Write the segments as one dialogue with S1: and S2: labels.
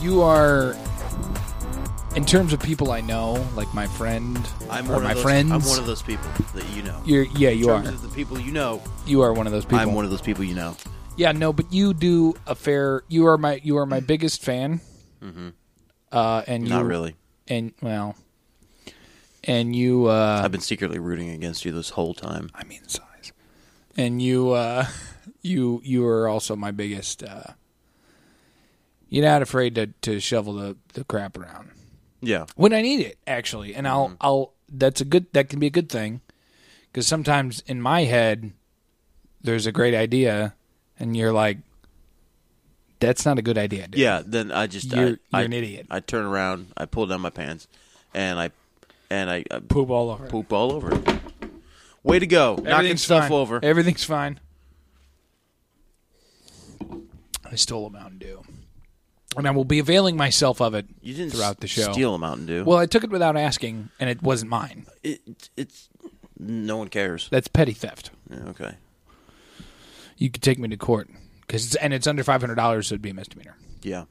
S1: You are, in terms of people I know, like my friend
S2: I'm
S1: or
S2: one
S1: my
S2: of those,
S1: friends.
S2: I'm one of those people that you know.
S1: You're, yeah, you
S2: In
S1: are.
S2: terms of the people you know.
S1: you are one of those people.
S2: I'm one of those people you know.
S1: yeah, no, but you do a fair. You are my. You are my biggest fan. Mm-hmm. Uh, and
S2: Not
S1: you-
S2: really.
S1: And well, and you. Uh,
S2: I've been secretly rooting against you this whole time.
S1: I mean size. And you uh you you are also my biggest uh you're not afraid to, to shovel the, the crap around.
S2: Yeah.
S1: When I need it, actually. And
S2: Mm-hmm.
S1: I'll I'll that's a good that can be a good thing. Cuz sometimes in my head there's a great idea and you're like that's not a good idea. dude."
S2: Yeah. Then I just
S1: You're-
S2: I,
S1: you're
S2: I-
S1: an idiot.
S2: I turn around. I pull down my pants, and I and I, I
S1: Poop all over.
S2: poop all over. it. Way to go! Knocking
S1: Everything's
S2: stuff
S1: fine.
S2: over.
S1: Everything's fine. I stole a Mountain Dew. And I will be availing myself of it
S2: you didn't
S1: throughout the show.
S2: steal a Mountain Dew.
S1: Well, I took it without asking, and it wasn't mine.
S2: it, it's no one cares.
S1: That's petty theft.
S2: Yeah, okay.
S1: You could take me to court, cause it's, and it's under five hundred dollars, so it'd be a misdemeanor.
S2: Yeah.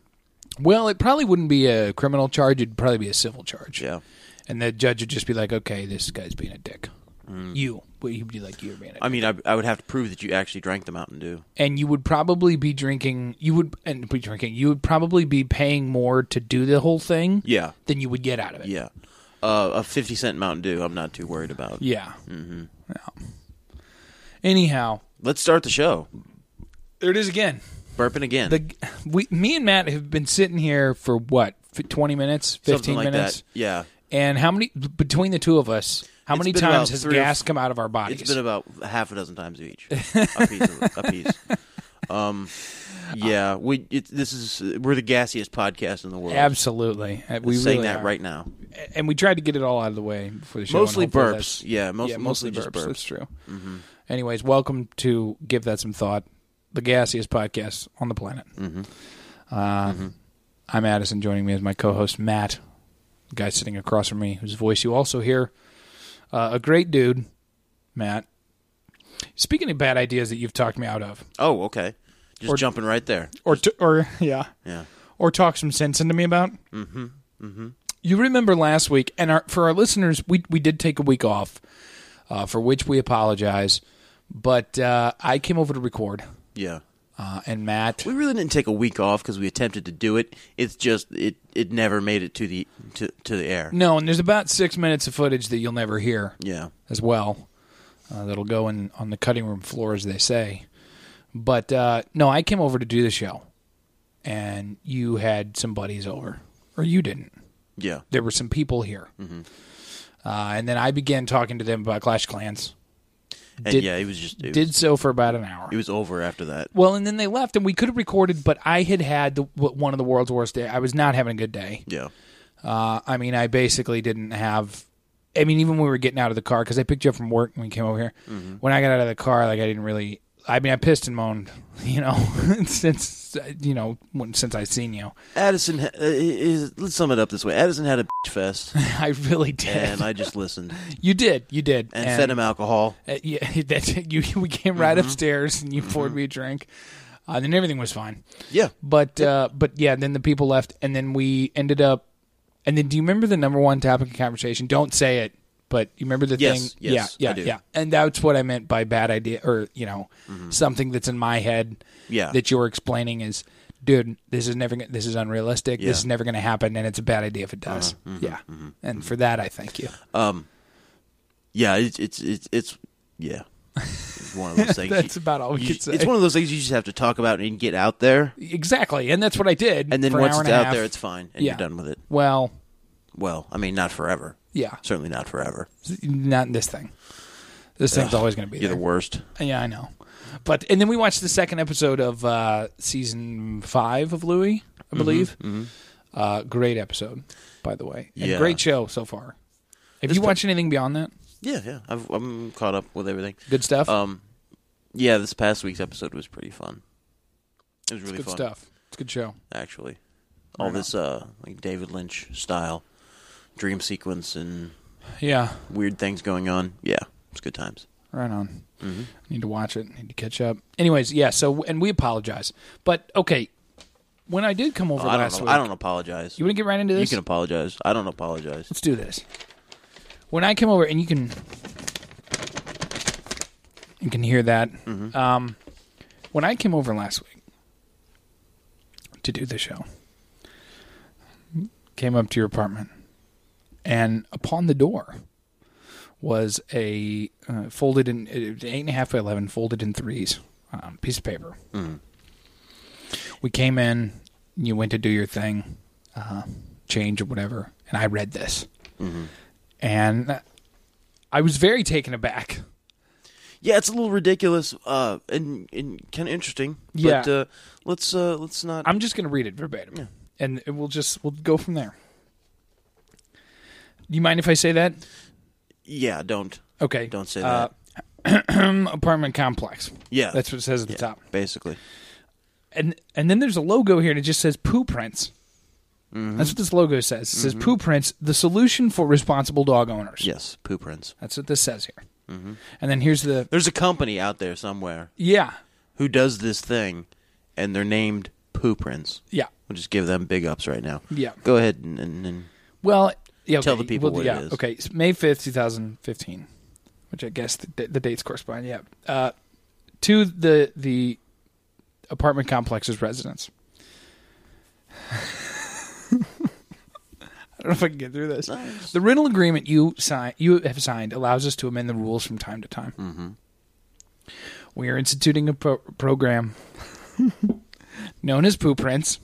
S1: Well, it probably wouldn't be a criminal charge; it'd probably be a civil charge.
S2: Yeah.
S1: and the judge would just be like, "Okay, this guy's being a dick."
S2: Mm.
S1: You, well, he'd be like, "You're being a dick,"
S2: I mean, I, I would have to prove that you actually drank the Mountain Dew.
S1: and you would probably be drinking. You would and be drinking. You would probably be paying more to do the whole thing
S2: Yeah.
S1: than you would get out of it.
S2: Yeah. Uh, a 50 cent Mountain Dew, I'm not too worried about.
S1: yeah. Mm-hmm. Anyhow,
S2: Let's start the show.
S1: there it is again.
S2: Burping again.
S1: the we me and Matt have been sitting here for what f- twenty minutes, fifteen
S2: Something like
S1: minutes,
S2: that. Yeah.
S1: and how many between the two of us? How
S2: It's
S1: many
S2: been about
S1: times has
S2: three or
S1: gas
S2: f-
S1: come out of our bodies?
S2: It's been about half a dozen times each. a piece. Of, a piece. Um, yeah. We it, this is we're the gassiest podcast in the world.
S1: Absolutely, Uh, we
S2: saying
S1: really
S2: that
S1: are.
S2: right now.
S1: and we tried to get it all out of the way before the show. and
S2: Mostly
S1: hopefully
S2: burps.
S1: that's-
S2: Yeah, most- mostly just burps. Mm-hmm.
S1: That's true. Anyways, welcome to give that some thought, the gassiest podcast on the planet.
S2: Mm-hmm.
S1: Uh, I'm Addison. Joining me as my co-host Matt, the guy sitting across from me, whose voice you also hear. Uh, a great dude, Matt. Speaking of bad ideas that you've talked me out of,
S2: Oh, okay. Just jumping right there.
S1: or t- or yeah,
S2: Yeah.
S1: or talk some sense into me about. Mm-hmm. Mm-hmm. You remember last week, and our, for our listeners, we we did take a week off, uh, for which we apologize. But uh, I came over to record,
S2: Yeah.
S1: uh, and Matt.
S2: We really didn't take a week off because we attempted to do it. It's just it it never made it to the to, to the air.
S1: No, and there's about six minutes of footage that you'll never hear
S2: Yeah.
S1: as well. Uh, that'll go in on the cutting room floor, as they say. But uh, no, I came over to do the show, and you had some buddies over, or you didn't.
S2: Yeah.
S1: there were some people here.
S2: Mm-hmm.
S1: Uh, and then I began talking to them about Clash of Clans.
S2: And
S1: Did-
S2: yeah, it was just it,
S1: Did
S2: was,
S1: so for about an hour.
S2: it was over after that.
S1: well, and then they left, and we could have recorded, but I had had the, w- one of the world's worst day. I was not having a good day.
S2: Yeah.
S1: Uh, I mean, I basically didn't have. I mean, even when we were getting out of the car, because I picked you up from work and we came over here.
S2: Mm-hmm.
S1: When I got out of the car, like I didn't really. I mean, I pissed and moaned, you know, since uh, you know when, since I seen you.
S2: Addison, ha- uh, is, let's sum it up this way. Addison had a bitch fest,
S1: I really did.
S2: and I just listened
S1: you did. You did.
S2: and, fed him alcohol.
S1: Uh, yeah, that's it. You, we came right
S2: Mm-hmm.
S1: upstairs and you poured me a drink. Uh, then everything was fine.
S2: Yeah,
S1: But uh, but yeah, then the people left, and then we ended up. And then, do you remember the number one topic of conversation? Don't say it, but you remember the
S2: Yes,
S1: thing.
S2: yes,
S1: yeah, yeah,
S2: I do.
S1: yeah. And that's what I meant by bad idea, or you know, something that's in my head.
S2: Mm-hmm. Yeah.
S1: that you're explaining is, dude, this is never. gonna- This is unrealistic.
S2: Yeah. Uh-huh. Mm-hmm.
S1: This is never going to happen, and it's a bad idea if it does. yeah, and for that, I thank you.
S2: yeah. It's it's it's, it's yeah. It's one of those things.
S1: That's about all we
S2: you-
S1: could say.
S2: It's one of those things you just have to talk about and get out there,
S1: Exactly, and that's what I did.
S2: and then
S1: for an
S2: once
S1: hour
S2: it's
S1: and a
S2: out
S1: half.
S2: there, it's fine, and
S1: Yeah.
S2: you're done with it.
S1: Well,
S2: Well, I mean, not forever.
S1: yeah,
S2: Certainly not forever.
S1: not in this thing. This thing's always going to be
S2: You're the
S1: there.
S2: worst.
S1: Yeah, I know. But and then we watched the second episode of uh, season five of Louis,
S2: Mm-hmm.
S1: I believe. Uh, great episode, by the way. And
S2: Yeah.
S1: Great show so far. Have you
S2: This-
S1: watched anything beyond that?
S2: Yeah, yeah. I've, I'm caught up with everything.
S1: Good stuff.
S2: Um, yeah, this past week's episode was pretty fun. It was really
S1: Good
S2: fun,
S1: stuff. It's a good show.
S2: actually. All this uh, like David Lynch style dream sequence and
S1: Yeah.
S2: weird things going on. Yeah, it's good times.
S1: Right on. Need to watch it. Need to catch up. Anyways, yeah. So and we apologize, but okay. When I did come over
S2: Oh, I
S1: last
S2: don't. know-
S1: week,
S2: I don't apologize.
S1: You want to get right into
S2: You
S1: this?
S2: can apologize. I don't apologize.
S1: Let's do this. When I came over, and you can, you can hear that. Um, when I came over last week to do the show, came up to your apartment, and upon the door was a uh, folded in uh, eight and a half by eleven, folded in threes, um, piece of paper. We came in. You went to do your thing, uh, change or whatever, and I read this,
S2: Mm-hmm.
S1: and I was very taken aback.
S2: Yeah, it's a little ridiculous uh, and and kind of interesting. But,
S1: Yeah.
S2: uh, let's uh, let's not.
S1: I'm just going to read it verbatim, and it- we'll just we'll go from there. Do you mind if I say that?
S2: yeah, don't
S1: Okay.
S2: don't say
S1: Uh,
S2: that.
S1: apartment complex.
S2: Yeah.
S1: That's what it says at the
S2: Yeah,
S1: top.
S2: Basically,
S1: and and then there's a logo here and it just says poo prints.
S2: Mm-hmm.
S1: That's what this logo says. It says poo prints, the solution for responsible dog owners.
S2: yes, poo prints.
S1: That's what this says here.
S2: Mm-hmm.
S1: And then here's the
S2: There's a company out there somewhere
S1: yeah
S2: who does this thing, and they're named poo prints.
S1: yeah
S2: We'll just give them big ups right now.
S1: Yeah.
S2: Go ahead and, and, and
S1: well yeah
S2: Tell
S1: okay,
S2: the people
S1: well,
S2: what it
S1: yeah
S2: is.
S1: okay it's May fifth two thousand fifteen, which I guess the, da- the dates correspond yeah uh, to the the apartment complex's residents. I don't know if I can get through this. The rental agreement you sign you have signed allows us to amend the rules from time to time. We are instituting a pro- program known as Poo Prints.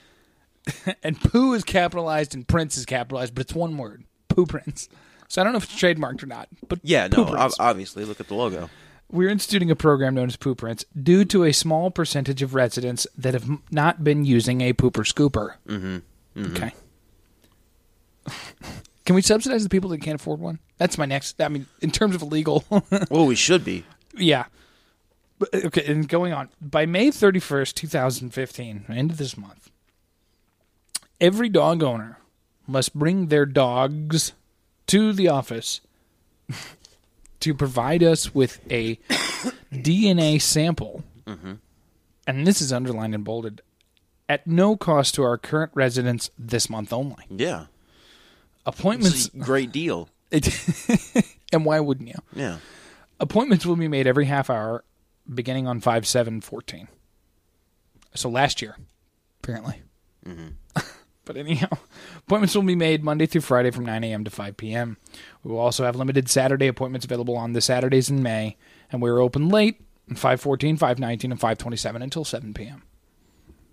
S1: and poo is capitalized and prints is capitalized, but it's one word. Poo Prints. So I don't know if it's trademarked or not, but
S2: yeah,
S1: Poo
S2: no, ob-
S1: Prints.
S2: obviously, look at the logo.
S1: We're instituting a program known as Poo Prints due to a small percentage of residents that have m- not been using a pooper scooper. Mm-hmm. Okay. Can we subsidize the people that can't afford one? That's my next. I mean, in terms of legal,
S2: Well, we should be.
S1: yeah. But, uh, okay, and going on by May thirty first, two thousand fifteen, end of this month, every dog owner must bring their dogs to the office to provide us with a DNA sample. And this is underlined and bolded at no cost to our current residents this month only.
S2: Yeah,
S1: Appointments
S2: it's a great deal.
S1: and why wouldn't you?
S2: Yeah,
S1: Appointments will be made every half hour beginning on 5 7 14. So last year, apparently. but anyhow, appointments will be made Monday through Friday from 9 a.m. to 5 p.m. We will also have limited Saturday appointments available on the Saturdays in May, and we are open late on 514, 519, and 527 until 7 p.m.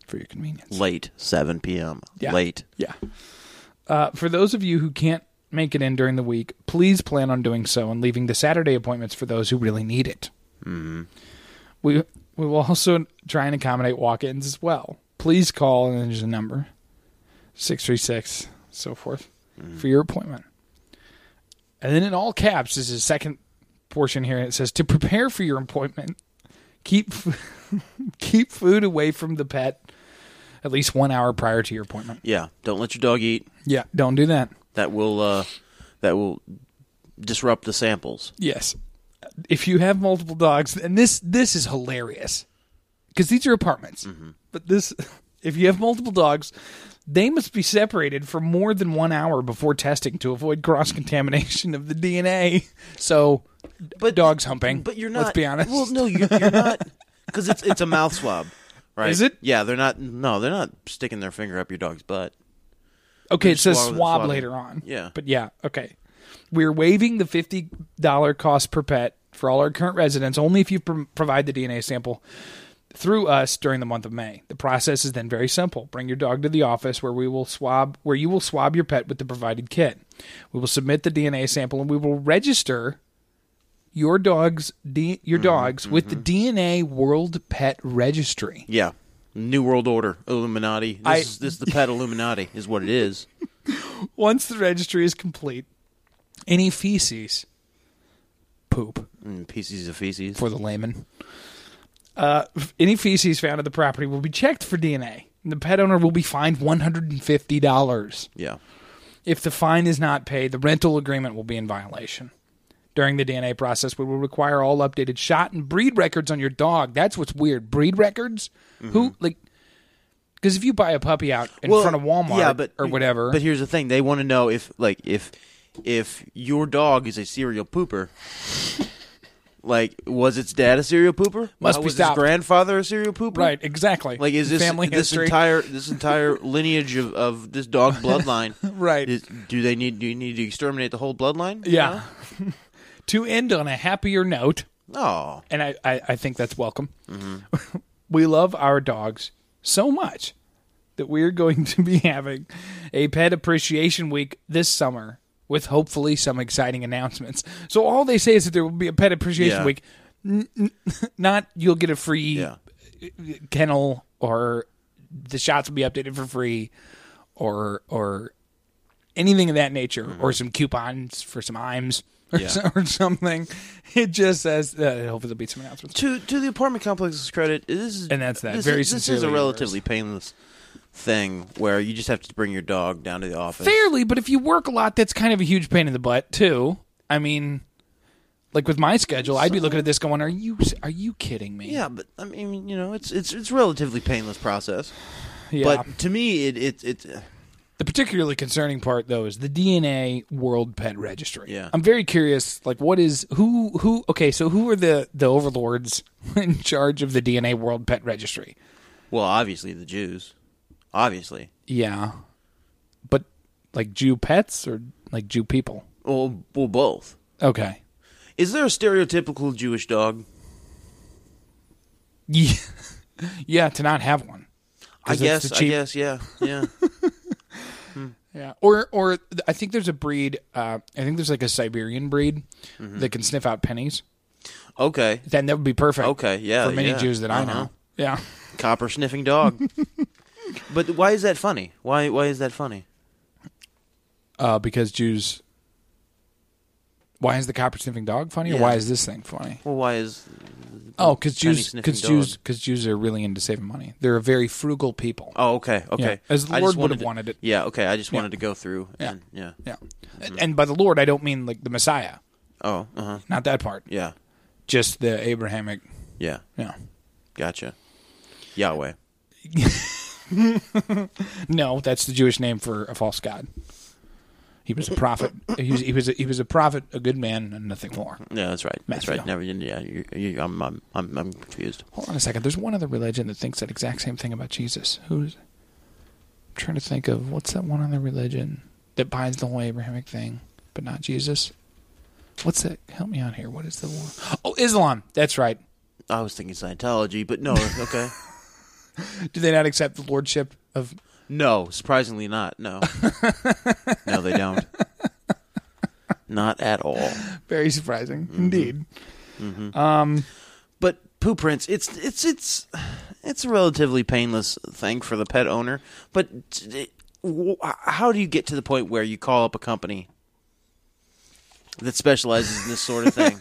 S1: for your convenience.
S2: late seven p.m.
S1: Yeah.
S2: Late.
S1: Yeah. Uh, for those of you who can't make it in during the week, please plan on doing so and leaving the Saturday appointments for those who really need it. We we will also try and accommodate walk-ins as well. Please call and there's a number six three six so forth for your appointment. And then in all caps is the second portion here. It says to prepare for your appointment, keep f- keep food away from the pet at least one hour prior to your appointment.
S2: Yeah, don't let your dog eat.
S1: Yeah, don't do that.
S2: That will uh, that will disrupt the samples.
S1: Yes. If you have multiple dogs, and this this is hilarious because these are apartments,
S2: Mm-hmm.
S1: but this if you have multiple dogs, they must be separated for more than one hour before testing to avoid cross contamination of the DNA. So, but dogs humping.
S2: But you're not.
S1: Mm. Let's be honest.
S2: Well, no, you're, you're not. Because it's it's a mouth swab, right?
S1: Is it?
S2: Yeah, they're not. No, they're not sticking their finger up your dog's butt.
S1: Okay, it says
S2: swab-
S1: swab
S2: swab.
S1: later on.
S2: Yeah.
S1: But yeah, okay. We're waiving the $50 cost per pet for all our current residents only if you pr- provide the DNA sample through us during the month of May. The process is then very simple. Bring your dog to the office where we will swab where you will swab your pet with the provided kit. We will submit the DNA sample and we will register your dog's D, your dogs with the DNA World Pet Registry.
S2: Yeah. New World Order, Illuminati. This,
S1: I-
S2: is, this is the pet Illuminati, is what it is.
S1: Once the registry is complete, any feces, poop
S2: Mm, pieces of feces.
S1: for the layman, uh, f- any feces found at the property will be checked for DNA. The pet owner will be fined one hundred and fifty dollars.
S2: yeah.
S1: If the fine is not paid, the rental agreement will be in violation. During the DNA process, we will require all updated shot and breed records on your dog. That's what's weird. Breed records?
S2: Mm-hmm.
S1: Who like? Because if you buy a puppy out in front of Walmart,
S2: yeah, but,
S1: or whatever,
S2: But here's the thing: they want to know if, like, if if your dog is a serial pooper. Like, was its dad a serial pooper?
S1: Must
S2: Uh,
S1: be
S2: was
S1: stopped.
S2: his grandfather a serial pooper?
S1: right? Exactly.
S2: Like, is this
S1: family
S2: this
S1: history?
S2: entire this entire lineage of, of this dog bloodline?
S1: Right.
S2: Is, do they need do you need to exterminate the whole bloodline?
S1: yeah. to end on a happier note,
S2: Oh,
S1: and I, I, I think that's welcome.
S2: Mm-hmm.
S1: we love our dogs so much that we're going to be having a pet appreciation week this summer with hopefully some exciting announcements. So all they say is that there will be a pet appreciation
S2: Yeah.
S1: week, n- n- not you'll get a free
S2: Yeah.
S1: kennel or the shots will be updated for free or or anything of that nature or some coupons for some IMs or,
S2: Mm-hmm. Yeah.
S1: so- or something. It just says uh, hopefully there'll be some announcements.
S2: to to the apartment complex's credit, this is
S1: And that's that.
S2: This
S1: Very
S2: is, this is
S1: sincerely
S2: a
S1: yours.
S2: relatively painless thing where you just have to bring your dog down to the office.
S1: Fairly, but if you work a lot, that's kind of a huge pain in the butt too. I mean, like with my schedule, I'd be looking at this going, "Are you are you kidding me?"
S2: Yeah, but I mean, you know, it's it's it's relatively painless process.
S1: yeah.
S2: But to me, it it it
S1: the particularly concerning part though is the DNA World Pet Registry.
S2: Yeah.
S1: I'm very curious. Like, what is who who? Okay, so who are the the overlords in charge of the DNA World Pet Registry?
S2: well, obviously the Jews, obviously.
S1: Yeah, but like Jew pets or like Jew people?
S2: Well, well, both.
S1: Okay.
S2: Is there a stereotypical Jewish dog?
S1: Yeah, yeah to not have one.
S2: I
S1: 'Cause it's
S2: guess.
S1: the
S2: I
S1: cheap-
S2: guess. Yeah. Yeah.
S1: Yeah, or or th- I think there's a breed. Uh, I think there's like a Siberian breed
S2: Mm-hmm.
S1: that can sniff out pennies.
S2: okay.
S1: Then that would be perfect.
S2: Okay, yeah,
S1: for many
S2: yeah.
S1: Jews that I know.
S2: Uh-huh.
S1: Yeah,
S2: Copper sniffing dog. but why is that funny? Why why is that funny?
S1: uh, because Jews. Why is the copper sniffing dog funny, or why
S2: Yeah.
S1: is this thing funny?
S2: Well, why is
S1: Oh, because
S2: Penny
S1: Jews,
S2: sniffing
S1: because Jews,
S2: dog.
S1: because Jews are really into saving money. They're a very frugal people.
S2: Oh, okay, okay.
S1: Yeah, as the
S2: I
S1: Lord would
S2: just wanted
S1: have
S2: to-
S1: wanted it.
S2: Yeah, okay. I just wanted to go through. And, yeah.
S1: Yeah,
S2: Mm-hmm.
S1: And- and by the Lord, I don't mean like the Messiah,
S2: Oh, uh huh.
S1: not that part.
S2: Yeah,
S1: Just the Abrahamic.
S2: yeah.
S1: Yeah.
S2: Gotcha. Yahweh.
S1: No, that's the Jewish name for a false god. He was a prophet. he was he was a, he was a prophet, a good man, and nothing more.
S2: Yeah, that's right. That's
S1: Matthew.
S2: right. Never. Yeah, you, you, I'm, I'm, I'm, I'm confused.
S1: Hold on a second. There's one other religion that thinks that exact same thing about Jesus. Who's I'm trying to think of what's that one other religion that buys the whole Abrahamic thing, but not Jesus? What's that? Help me out here. What is the one? Oh, Islam. That's right.
S2: I was thinking Scientology, but no. Okay.
S1: Do they not accept the lordship of?
S2: no, surprisingly not. No. no, they don't. Not at all.
S1: Very surprising, indeed.
S2: But poo prints. It's it's it's it's a relatively painless thing for the pet owner. But t- w- how do you get to the point where you call up a company that specializes in this sort of thing?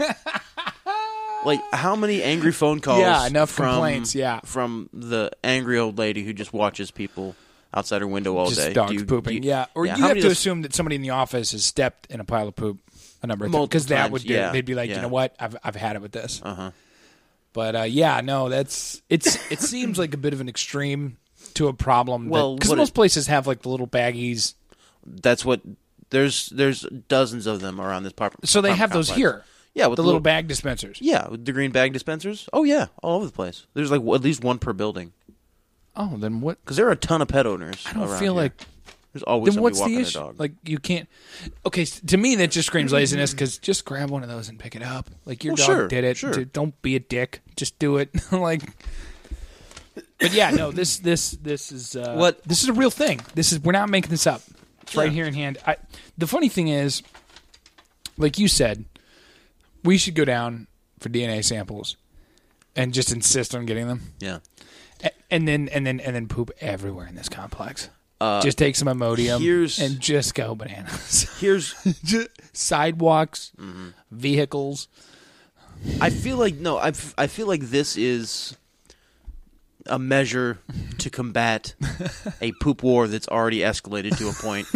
S2: like how many angry phone calls?
S1: Yeah, enough
S2: from,
S1: complaints, yeah.
S2: from the angry old lady who just watches people outside her window all
S1: Just
S2: day.
S1: dogs
S2: Do you-
S1: pooping.
S2: do you-
S1: yeah, or you
S2: how
S1: have
S2: many
S1: to
S2: of those-
S1: assume that somebody in the office has stepped in a pile of poop a number of times
S2: Multiple
S1: because that
S2: times,
S1: would do.
S2: yeah,
S1: They'd be like, you
S2: yeah.
S1: know what? I've I've had it with this. Uh-huh. But uh, yeah, no, that's it's it seems like a bit of an extreme to a problem.
S2: Well,
S1: because
S2: what
S1: most
S2: it-
S1: places have like the little baggies,
S2: That's what there's there's dozens of them around this property.
S1: so they have those here.
S2: Yeah,
S1: with
S2: with
S1: the
S2: the
S1: little
S2: little-
S1: bag dispensers.
S2: Yeah, with the green bag dispensers. Oh yeah, all over the place. There's like at least one per building
S1: Oh, then what?
S2: because there are a ton of pet owners.
S1: I don't
S2: around
S1: feel
S2: here.
S1: like
S2: there's
S1: then
S2: always somebody
S1: what's
S2: walking
S1: the
S2: their
S1: issue?
S2: dog.
S1: Like you can't. Okay, s- to me that just screams laziness because just grab one of those and pick it up. Like your dog
S2: Well, sure,
S1: did it.
S2: sure.
S1: Dude, Don't be a dick. Just do it. like. But yeah, no. This this this is uh,
S2: What-
S1: This is a real thing. This is we're not making this up. It's right
S2: Yeah.
S1: here in hand. I, the funny thing is, like you said, we should go down for DNA samples and just insist on getting them,
S2: Yeah.
S1: A- and then and then and then poop everywhere in this complex. just take some Imodium
S2: Uh, here's-
S1: and just go bananas.
S2: Here's
S1: Ju- sidewalks,
S2: Mm-hmm.
S1: vehicles.
S2: I feel like no, I, f- I feel like this is a measure to combat a poop war that's already escalated to a point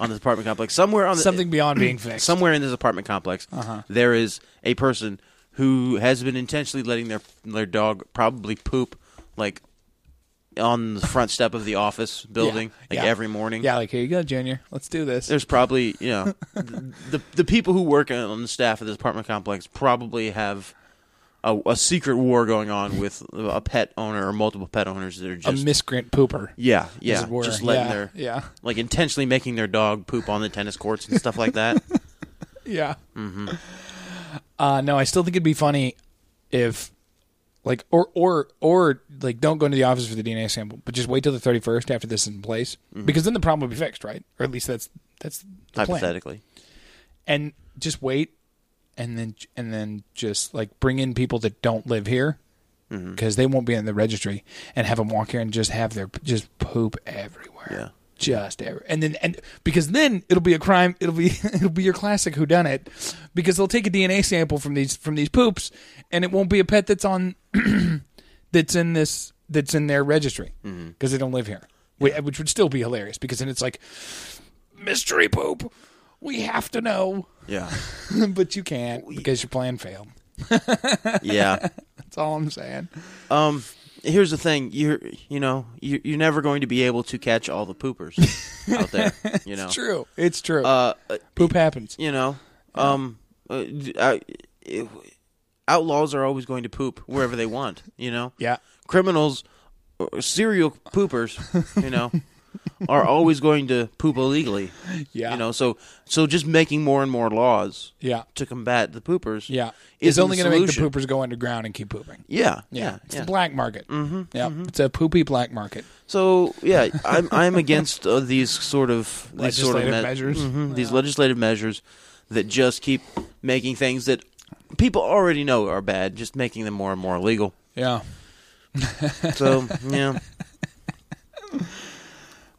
S2: on this apartment complex. Somewhere on the,
S1: Something beyond being fixed.
S2: somewhere in this apartment complex,
S1: Uh-huh.
S2: there is a person who has been intentionally letting their their dog probably poop like on the front step of the office building
S1: Yeah,
S2: like
S1: yeah.
S2: every morning.
S1: Yeah, like here you go, Junior. Let's do this.
S2: There's probably you know the, the the people who work on the staff of this apartment complex probably have a, a secret war going on with a pet owner or multiple pet owners that are
S1: a
S2: just
S1: miscreant pooper.
S2: yeah
S1: as
S2: yeah
S1: it were.
S2: just letting
S1: Yeah,
S2: their
S1: yeah
S2: like intentionally making their dog poop on the tennis courts and stuff like that.
S1: yeah.
S2: Mm-hmm.
S1: Uh, no, I still think it'd be funny if like or or or like don't go into the office for the DNA sample, but just wait till the thirty first after this is in place
S2: Mm-hmm.
S1: because then the problem would be fixed, right? Or at least that's that's the plan.
S2: hypothetically,
S1: And just wait, and then and then just like bring in people that don't live here. Because they won't be in the registry, and have them walk here and just have their just poop everywhere.
S2: Yeah.
S1: just ever and then and because then it'll be a crime it'll be it'll be your classic who done it because they'll take a dna sample from these from these poops and it won't be a pet that's on that's in this that's in their registry because they don't live here Wh- which would still be hilarious because then it's like mystery poop we have to know
S2: yeah.
S1: but you can't because your plan failed
S2: yeah.
S1: that's all i'm saying
S2: Um, here's the thing: you're you know you you're never going to be able to catch all the poopers out there. You know,
S1: true it's true
S2: uh, uh,
S1: poop happens
S2: you know, um, uh, d- I, it- outlaws are always going to poop wherever they want. You know,
S1: yeah
S2: criminals, or serial poopers, you know, are always going to poop illegally.
S1: Yeah.
S2: you know, so so just making more and more laws
S1: yeah
S2: to combat the poopers.
S1: yeah it's
S2: is
S1: only
S2: going
S1: going
S2: to
S1: to make the poopers go underground and keep pooping
S2: Yeah,
S1: Yeah,
S2: yeah,
S1: it's
S2: yeah.
S1: the black market. Mm-hmm, yeah, it's a poopy black market.
S2: So yeah, I'm I'm against uh, these sort of these sort of
S1: Legislative measures. Mm-hmm.
S2: Mhm, these legislative measures that just keep making things that people already know are bad, just making them more and more illegal.
S1: Yeah.
S2: So yeah,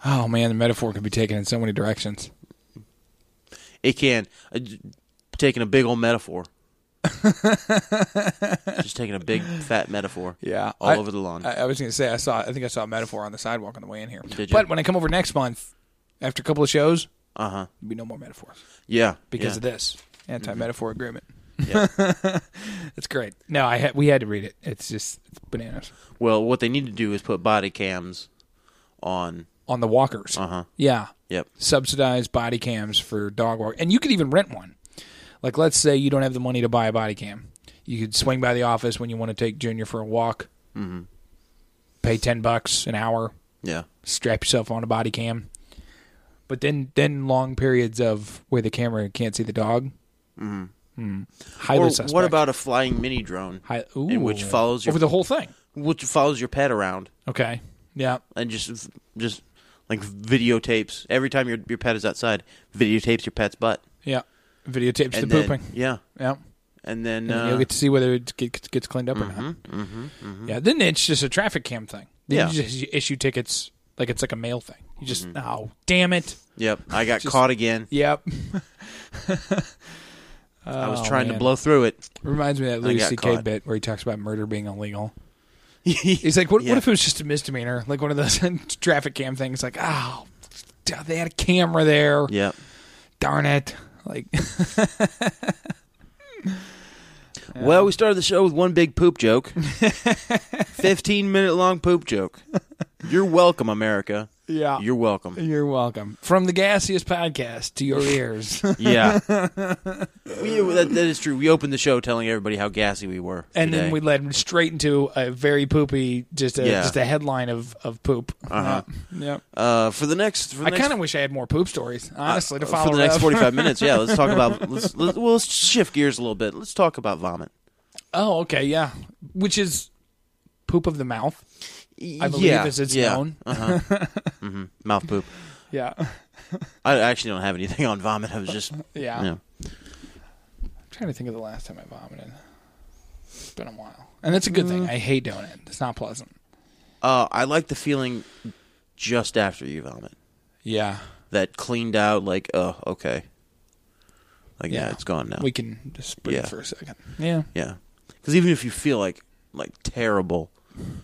S1: Oh man, the metaphor could be taken in so many directions.
S2: it can uh, j- taking a big old metaphor, just taking a big fat metaphor. all
S1: I-
S2: over the lawn.
S1: I, I was going to say I saw. I think I saw a metaphor on the sidewalk on the way in here.
S2: Did you?
S1: But when I come over next month, after a couple of shows,
S2: uh huh.
S1: there'll be no more metaphors
S2: Yeah,
S1: because
S2: yeah. Mm-hmm.
S1: of this anti-metaphor agreement.
S2: Yeah.
S1: It's great. No, I ha- we had to read it. It's just it's bananas
S2: Well, what they need to do is put body cams on.
S1: on the walkers.
S2: Uh huh.
S1: Yeah.
S2: Yep.
S1: Subsidized body cams for dog walk, and you could even rent one. Like, let's say you don't have the money to buy a body cam, you could swing by the office when you want to take Junior for a walk. Mm-hmm. Pay ten bucks an hour,
S2: Yeah.
S1: strap yourself on a body cam. But then, then long periods of where the camera can't see the dog. Mm-hmm. Highly
S2: Or
S1: suspect.
S2: what about a flying mini drone?
S1: Hi-
S2: in which
S1: Ooh.
S2: follows your-
S1: over the whole thing?
S2: which follows your pet around
S1: Okay, yeah,
S2: and just just like videotapes every time your your pet is outside, videotapes your pet's butt.
S1: yeah. Videotapes the
S2: And then-
S1: pooping.
S2: Yeah,
S1: Yeah.
S2: and then,
S1: and
S2: uh,
S1: you'll get to see whether it gets, gets cleaned up or not. Yeah, then it's just a traffic cam thing. Then
S2: Mm-hmm. Yeah. Mm-hmm.
S1: you just you issue tickets like it's like a mail thing. You just oh damn it,
S2: yep. I got
S1: just-
S2: caught again.
S1: yep.
S2: I was
S1: Oh,
S2: trying
S1: man.
S2: to blow through it.
S1: Reminds me of that Louis
S2: got
S1: C.K.
S2: caught.
S1: bit where he talks about murder being illegal. He's like, what,
S2: Yeah.
S1: what if it was just a misdemeanor, like one of those traffic cam things? Like, oh, they had a camera there.
S2: Yep.
S1: Darn it! Like,
S2: Well, we started the show with one big poop joke, fifteen minute long poop joke. You're welcome, America.
S1: yeah,
S2: You're welcome.
S1: you're welcome from the Gaseous Podcast to your ears.
S2: Yeah, we, that, that is true. We opened the show telling everybody how gassy we were,
S1: and
S2: today.
S1: then we led him straight into a very poopy, just a,
S2: Yeah.
S1: just a headline of of poop.
S2: Uh-huh.
S1: Yeah. Yep.
S2: uh, for the next. For the
S1: I
S2: next
S1: kind of wish I had more poop stories, honestly, to
S2: Uh,
S1: follow
S2: for the next
S1: up.
S2: 45 minutes. Yeah, let's talk about let's, let, well, let's shift gears a little bit. Let's talk about vomit.
S1: oh, okay, yeah, which is poop of the mouth, I believe
S2: yeah,
S1: as it's
S2: yeah.
S1: known.
S2: Uh-huh. hmm Mouth poop.
S1: Yeah,
S2: I actually don't have anything on vomit. I was just
S1: yeah.
S2: you know.
S1: trying to think of the last time I vomited. It's been a while, and that's a good
S2: Mm.
S1: thing. I hate doing it. It's not pleasant.
S2: Uh, I like the feeling just after you vomit.
S1: Yeah,
S2: That cleaned out, like, oh, okay. Like, yeah,
S1: Yeah.
S2: it's gone now.
S1: we can just breathe
S2: Yeah.
S1: for a second. Yeah,
S2: yeah. Because even if you feel like like terrible,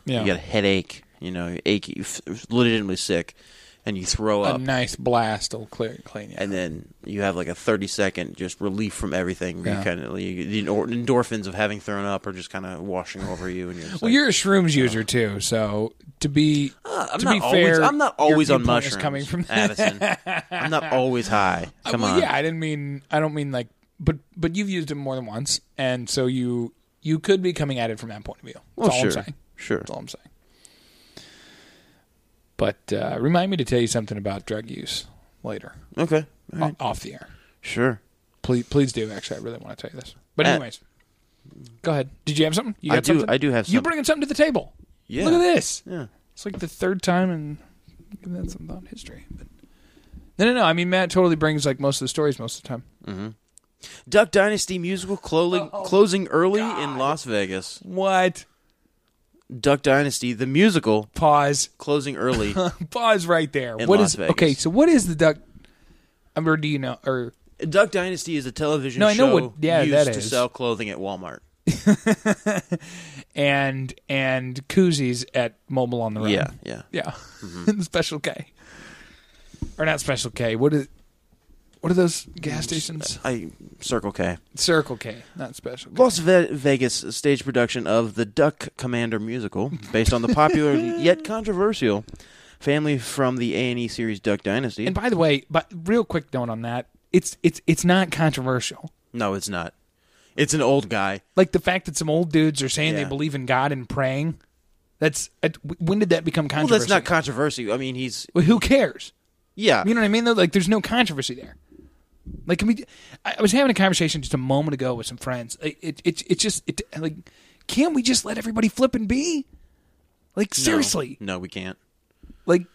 S1: yeah.
S2: you got a headache, you know, you're achy, you f- legitimately sick, and you throw
S1: a
S2: up,
S1: nice blast will clear clean you.
S2: and then you have like a thirty second just relief from everything. where You
S1: Yeah.
S2: kind of you, the endor- endorphins of having thrown up are just kind of washing over you, and you're just
S1: well,
S2: like,
S1: you're a shrooms user too, so to be
S2: Uh, I'm
S1: to
S2: not
S1: be
S2: always,
S1: fair,
S2: I'm not always
S1: your
S2: on
S1: viewpoint is
S2: mushrooms.
S1: coming from
S2: Addison. I'm not always high.
S1: Uh,
S2: Come
S1: well,
S2: on.
S1: Yeah, I didn't mean. I don't mean like. But but you've used it more than once, and so you you could be coming at it from that point of view. That's
S2: Well,
S1: all
S2: sure,
S1: I'm saying.
S2: sure.
S1: That's all I'm saying. But uh, remind me to tell you something about drug use later,
S2: Okay.
S1: o- off the air.
S2: Sure.
S1: Please please do. Actually, I really want to tell you this. But
S2: Uh,
S1: anyways, go ahead. Did you have something? You
S2: I
S1: got
S2: do-
S1: something?
S2: I do have
S1: You
S2: something.
S1: bringing something to the table?
S2: Yeah.
S1: Look at this.
S2: Yeah.
S1: It's like the third time in that's about history. But no, no, no. I mean, Matt totally brings like most of the stories most of the time.
S2: Duck Dynasty musical closing
S1: Oh,
S2: closing early in Las Vegas.
S1: What?
S2: Duck Dynasty the musical
S1: Pause.
S2: closing early.
S1: Pause right there. What
S2: In
S1: is
S2: Las Vegas.
S1: okay? So what is the duck? I mean, do you know? Or
S2: Duck Dynasty is a television
S1: No, I
S2: show
S1: know what- yeah,
S2: used
S1: that
S2: to
S1: is.
S2: sell clothing at Walmart.
S1: and and koozies at Mobile on the Run.
S2: Yeah, Mm-hmm. yeah.
S1: yeah. Special K, or not Special K? What is? What are those gas stations?
S2: I Circle K.
S1: Circle K, not Special. K.
S2: Las Ve- Vegas stage production of the Duck Commander musical, based on the popular yet controversial family from the A and E series Duck Dynasty.
S1: And by the way, but real quick note on that, it's it's it's not controversial.
S2: no, it's not. It's an old guy.
S1: Like the fact that some old dudes are saying
S2: Yeah.
S1: they believe in God and praying. That's uh, when did that become
S2: Well,
S1: controversial?
S2: that's not controversy. I mean, he's
S1: Well, who cares?
S2: yeah.
S1: You know what I mean? Though, like, there's no controversy there. Like, can we? I I was having a conversation just a moment ago with some friends. Like, It, it, it's just it, like, can't we just let everybody flip and be? Like,
S2: No.
S1: seriously,
S2: No, we can't.
S1: like,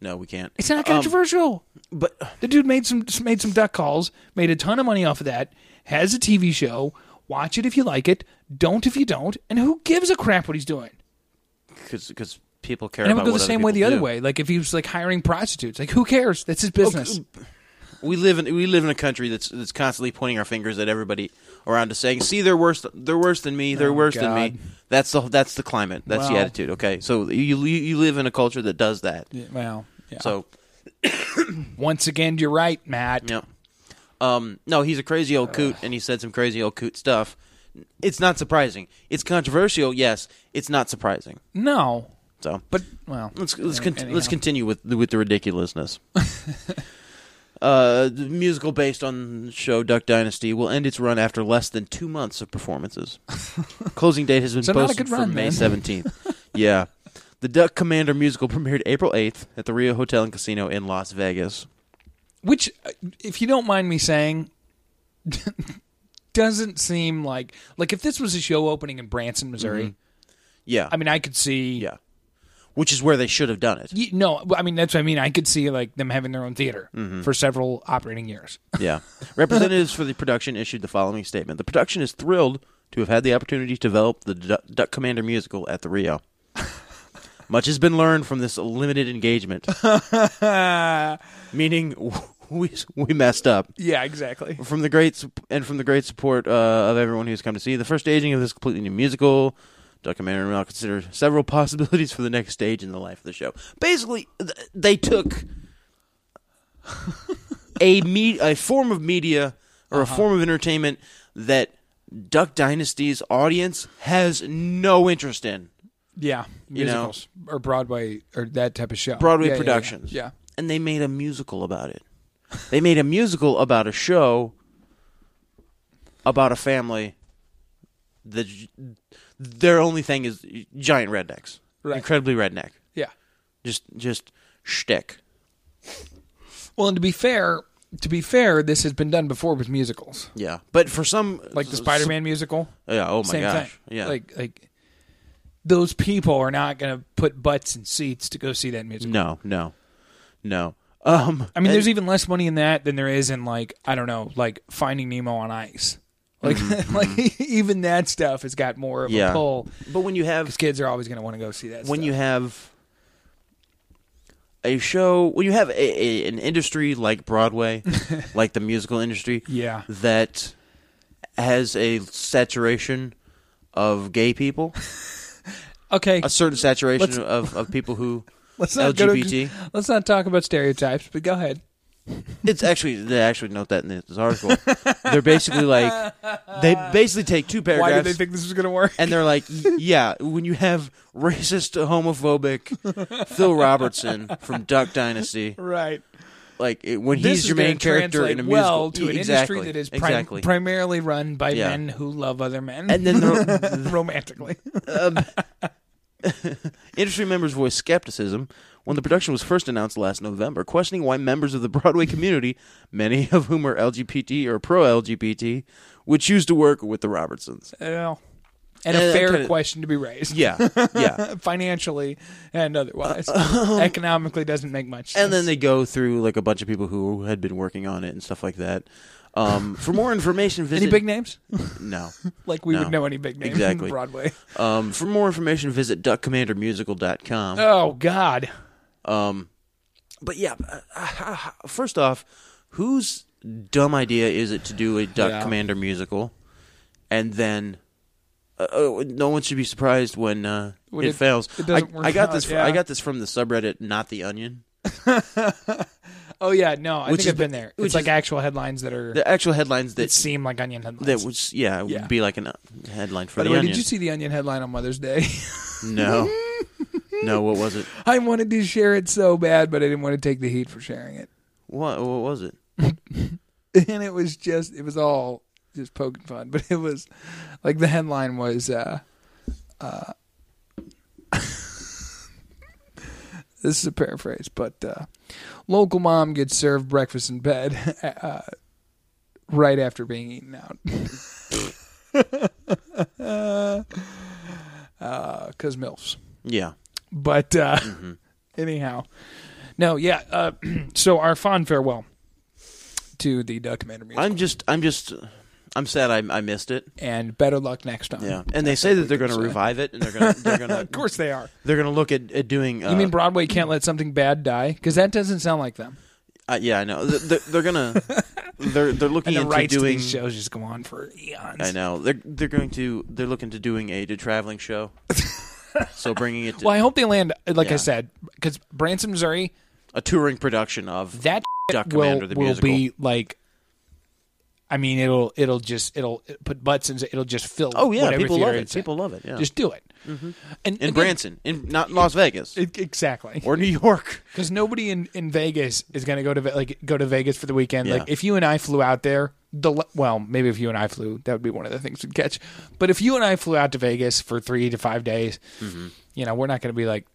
S2: No, we can't.
S1: it's not
S2: Um,
S1: controversial.
S2: but
S1: the dude made some made some duck calls, made a ton of money off of that. Has a TV show. Watch it if you like it. Don't if you don't. And who gives a crap what he's doing?
S2: because people care
S1: And I
S2: about
S1: would go
S2: what
S1: the same
S2: other
S1: way the
S2: people
S1: other
S2: do.
S1: way. Like if he was like hiring prostitutes, like who cares? That's his business.
S2: We live in we live in a country that's that's constantly pointing our fingers at everybody around us, saying, "See, they're worse. They're worse than me. They're worse than me."
S1: Oh, God.
S2: That's the that's the climate. That's the
S1: Well-
S2: attitude. Okay, so you you- you live in a culture that does that.
S1: Yeah, well, yeah.
S2: So
S1: once again, you're right, Matt.
S2: yeah, um, no, he's a crazy old coot, and he said some crazy old coot stuff. It's not surprising. It's controversial, yes. It's not surprising.
S1: No,
S2: So,
S1: but well,
S2: Let's let's con-
S1: anyhow.
S2: let's continue with the, with the ridiculousness. uh, the musical based on the show Duck Dynasty will end its run after less than two months of performances. Closing date has been
S1: So not a
S2: posted
S1: good
S2: for
S1: run,
S2: May
S1: then.
S2: seventeenth. yeah, the Duck Commander musical premiered April eighth at the Rio Hotel and Casino in Las Vegas.
S1: which, uh, if you don't mind me saying, doesn't seem like like if this was a show opening in Branson, Missouri.
S2: Yeah,
S1: I mean, I could see.
S2: Mm-hmm. yeah, which is where they should have done it.
S1: Y- no, I mean that's what I mean. I could see like them having their own theater
S2: Mm-hmm.
S1: for several operating years.
S2: Yeah. Representatives for the production issued the following statement. The production is thrilled to have had the opportunity to develop the Du- Duck Commander musical at the Rio. Much has been learned from this limited engagement. Meaning w- we we messed up.
S1: Yeah, exactly.
S2: From the great sup- and from the great support uh, of everyone who's come to see the first staging of this completely new musical, Duck Commander will consider several possibilities for the next stage in the life of the show. Basically, th- they took a me- a form of media or a form of entertainment that Duck Dynasty's audience has no interest in.
S1: Yeah,
S2: You know.
S1: musicals or Broadway or that type of show.
S2: Broadway
S1: Yeah, yeah, yeah.
S2: productions.
S1: Yeah,
S2: And they made a musical about it. They made a musical about a show about a family that their only thing is giant rednecks.
S1: Right.
S2: Incredibly redneck.
S1: yeah,
S2: Just just shtick.
S1: Well, and to be fair, to be fair, this has been done before with musicals,
S2: Yeah. But for some
S1: like the Spider-Man musical.
S2: Yeah, oh my
S1: Same
S2: gosh.
S1: thing.
S2: Yeah.
S1: like like those people are not going to put butts in seats to go see that musical.
S2: No, no. No. Um
S1: I mean,
S2: and-
S1: there's even less money in that than there is in like I don't know, like Finding Nemo on Ice. Like, like even that stuff has got more of
S2: Mm-hmm, Yeah.
S1: a pull.
S2: But when you have
S1: Because kids are always going to want to go see that.
S2: when
S1: stuff.
S2: you have a show when you have a, a, an industry like Broadway, like the musical industry,
S1: Yeah.
S2: that has a saturation of gay people,
S1: okay,
S2: a certain saturation
S1: Let's-
S2: of, of people who
S1: let's not go to-
S2: LGBT.
S1: let's not talk about stereotypes, but go ahead.
S2: It's actually they actually note that in this article. they're basically like they basically take two
S1: Why
S2: paragraphs
S1: did they think this was going to work?
S2: and they're like, "Y- yeah, when you have racist, homophobic Phil Robertson from Duck Dynasty,
S1: right.
S2: like it, when
S1: This
S2: he's
S1: is
S2: your main
S1: gonna
S2: character in a
S1: translate
S2: musical,
S1: well to an
S2: exactly,
S1: industry that is prim-
S2: exactly.
S1: primarily run by
S2: Yeah.
S1: men who love other men
S2: and then the
S1: romantically.
S2: industry members voiced skepticism when the production was first announced last November, questioning why members of the Broadway community, many of whom are LGBT or pro-LGBT, would choose to work with the Robertsons.
S1: Well, and
S2: Uh,
S1: a fair
S2: kinda-
S1: question to be raised.
S2: Yeah, yeah. Uh, um,
S1: Financially and otherwise, economically doesn't make much. Sense.
S2: and then they go through like a bunch of people who had been working on it and stuff like that. Um, for more information, visit
S1: any big names?
S2: No.
S1: Like we
S2: No.
S1: would know any big names
S2: Exactly.
S1: in Broadway.
S2: Um, for more information, visit duckcommandermusical.com.
S1: Oh God,
S2: Um, but yeah, uh, uh, uh, first off, whose dumb idea is it to do a Duck
S1: Yeah.
S2: Commander musical? And then uh, oh, no one should be surprised when, uh,
S1: When
S2: it,
S1: it-
S2: fails.
S1: it
S2: I,
S1: doesn't work
S2: I got
S1: out,
S2: this. fr-
S1: yeah.
S2: I got this from the subreddit, not the Onion.
S1: oh yeah, no, I think
S2: Which is-
S1: I've been there.
S2: which
S1: It's like
S2: is-
S1: actual headlines that are
S2: The actual headlines
S1: that
S2: that
S1: seem like onion headlines.
S2: that was yeah, it
S1: Yeah.
S2: would be like an uh, headline for
S1: By the
S2: the
S1: way,
S2: Onion.
S1: did you see the onion headline on Mother's Day?
S2: no, no. What was it?
S1: I wanted to share it so bad, but I didn't want to take the heat for sharing it.
S2: What? What was it?
S1: and it was just it was all just poking fun but it was like the headline was uh uh this is a paraphrase but uh local mom gets served breakfast in bed uh right after being eaten out because Uh, milfs
S2: Yeah.
S1: but uh anyhow no yeah uh so our fond farewell to the duck commander musical.
S2: I'm just, I'm just, I'm sad I, I missed it.
S1: and better luck next time.
S2: Yeah, and they say that they're going to
S1: say.
S2: revive it, and they're going to, they're going to,
S1: Of course they are.
S2: they're going to look at, at doing. Uh,
S1: You mean Broadway can't let something bad die? Because that doesn't sound like them.
S2: uh, yeah, I know. They're, they're going to, they're they're
S1: And
S2: looking
S1: the
S2: into
S1: rights to
S2: doing.
S1: these shows just go on for eons.
S2: I know they're they're going to they're looking to doing a, to traveling show. so bringing it to
S1: Well, I hope they land, like
S2: Yeah.
S1: I said, because Branson, Missouri,
S2: a touring production of
S1: that
S2: Duck
S1: will,
S2: Commander the
S1: will
S2: musical.
S1: be like. I mean, it'll it'll just it'll put butts in. It'll just fill.
S2: Oh, yeah,
S1: whatever
S2: people love
S1: theater
S2: it.
S1: it's in.
S2: People love it, yeah.
S1: Just do it. And
S2: in
S1: again,
S2: Branson, in not Las Vegas
S1: it- exactly.
S2: or New York.
S1: Because nobody in, in Vegas is going to go to Ve- like go to Vegas for the weekend.
S2: Yeah.
S1: Like if you and I flew out there, the le- well, maybe if you and I flew, that would be one of the things we'd catch. But if you and I flew out to Vegas for three to five days,
S2: Mm-hmm.
S1: you know, we're not going to be like,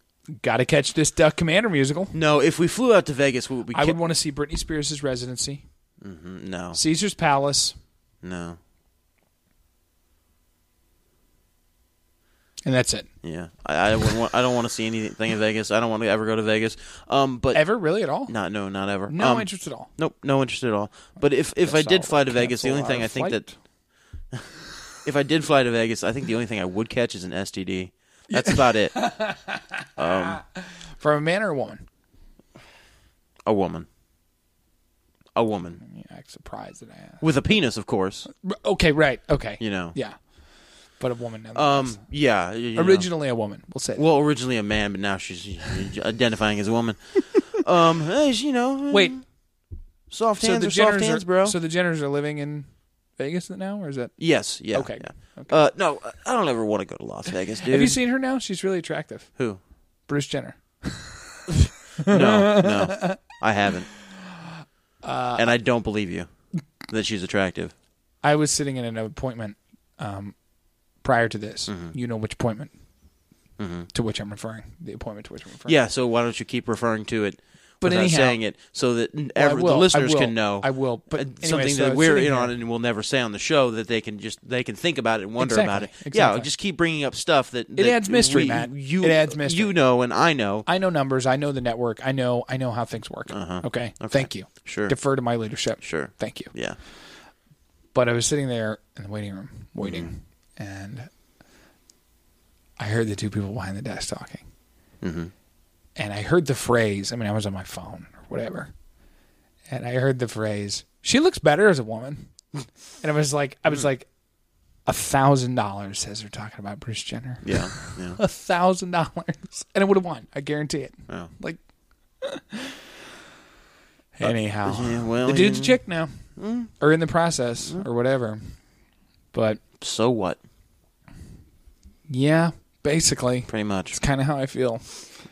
S1: got to catch this Duck Commander musical.
S2: No, if we flew out to Vegas, we would be.
S1: I would want to see Britney Spears' residency,
S2: no,
S1: Caesar's Palace,
S2: no,
S1: and that's it.
S2: yeah. I I, wouldn't want, I don't want to see anything in Vegas. I don't want to ever go to Vegas. Um, but
S1: Ever really at all?
S2: Not no, not ever.
S1: No
S2: Um,
S1: interest at all.
S2: Nope, no interest at all. But if if I
S1: Guess
S2: did
S1: I'll
S2: fly to Vegas, the
S1: cancel
S2: only thing
S1: our
S2: I think
S1: flight.
S2: that if I did fly to Vegas, I think the only thing I would catch is an STD. That's about it.
S1: from a man or a woman,
S2: A woman, a woman
S1: yeah, I'm surprised that I asked.
S2: with a penis, of course.
S1: Okay, right. Okay,
S2: You know.
S1: yeah, but a woman. nonetheless.
S2: Um, yeah. you know.
S1: originally a woman. We'll say. that.
S2: Well, originally a man, but now she's identifying as a woman. um, eh, you know, eh,
S1: Wait,
S2: soft hands are
S1: Jenners
S2: soft
S1: are-
S2: hands, bro.
S1: So the Jenners are living in Vegas now, or is that?
S2: yes, yeah.
S1: Okay,
S2: yeah. Uh, no, I don't ever want to go to Las Vegas, dude.
S1: Have you seen her now? She's really attractive.
S2: who?
S1: Bruce Jenner.
S2: No, no, I haven't.
S1: Uh,
S2: and I don't believe you that she's attractive.
S1: I was sitting in an appointment um, prior to this.
S2: Mm-hmm.
S1: You know which appointment to which I'm referring. The appointment to which I'm referring.
S2: Yeah, so why don't you keep referring to it
S1: But
S2: without
S1: anyhow-
S2: saying it so that n- every,
S1: will,
S2: the
S1: I
S2: listeners
S1: will,
S2: can know?
S1: I will, but
S2: uh,
S1: anyway,
S2: something
S1: so
S2: that
S1: I'm
S2: we're
S1: sitting
S2: in on
S1: here-
S2: and we'll never say on the show that they can just they can think about it and wonder about it.
S1: Exactly,
S2: Yeah,
S1: exactly.
S2: just keep bringing up stuff that,
S1: It
S2: that
S1: adds mystery,
S2: we-
S1: Matt.
S2: You,
S1: It adds mystery.
S2: You know, and I know.
S1: I know numbers. I know the network. I know. I know how things work. Okay? Thank you.
S2: Uh-huh. Sure.
S1: Defer to my leadership.
S2: Sure.
S1: Thank you.
S2: yeah,
S1: But I was sitting there in the waiting room, waiting,
S2: Mm-hmm.
S1: and I heard the two people behind the desk talking.
S2: Mm-hmm.
S1: And I heard the phrase, I mean, I was on my phone or whatever. And I heard the phrase, she looks better as a woman. and I was like,
S2: Mm-hmm.
S1: I was like, a thousand dollars says they're talking about Bruce Jenner.
S2: Yeah, yeah.
S1: A thousand dollars. And I would have won. I guarantee it.
S2: Oh.
S1: Like, anyhow.
S2: yeah, well,
S1: the dude's a
S2: yeah. Mm.
S1: chick now, or in the process, or whatever. But
S2: So what?
S1: yeah, basically,
S2: Pretty much.
S1: it's kind of how I feel.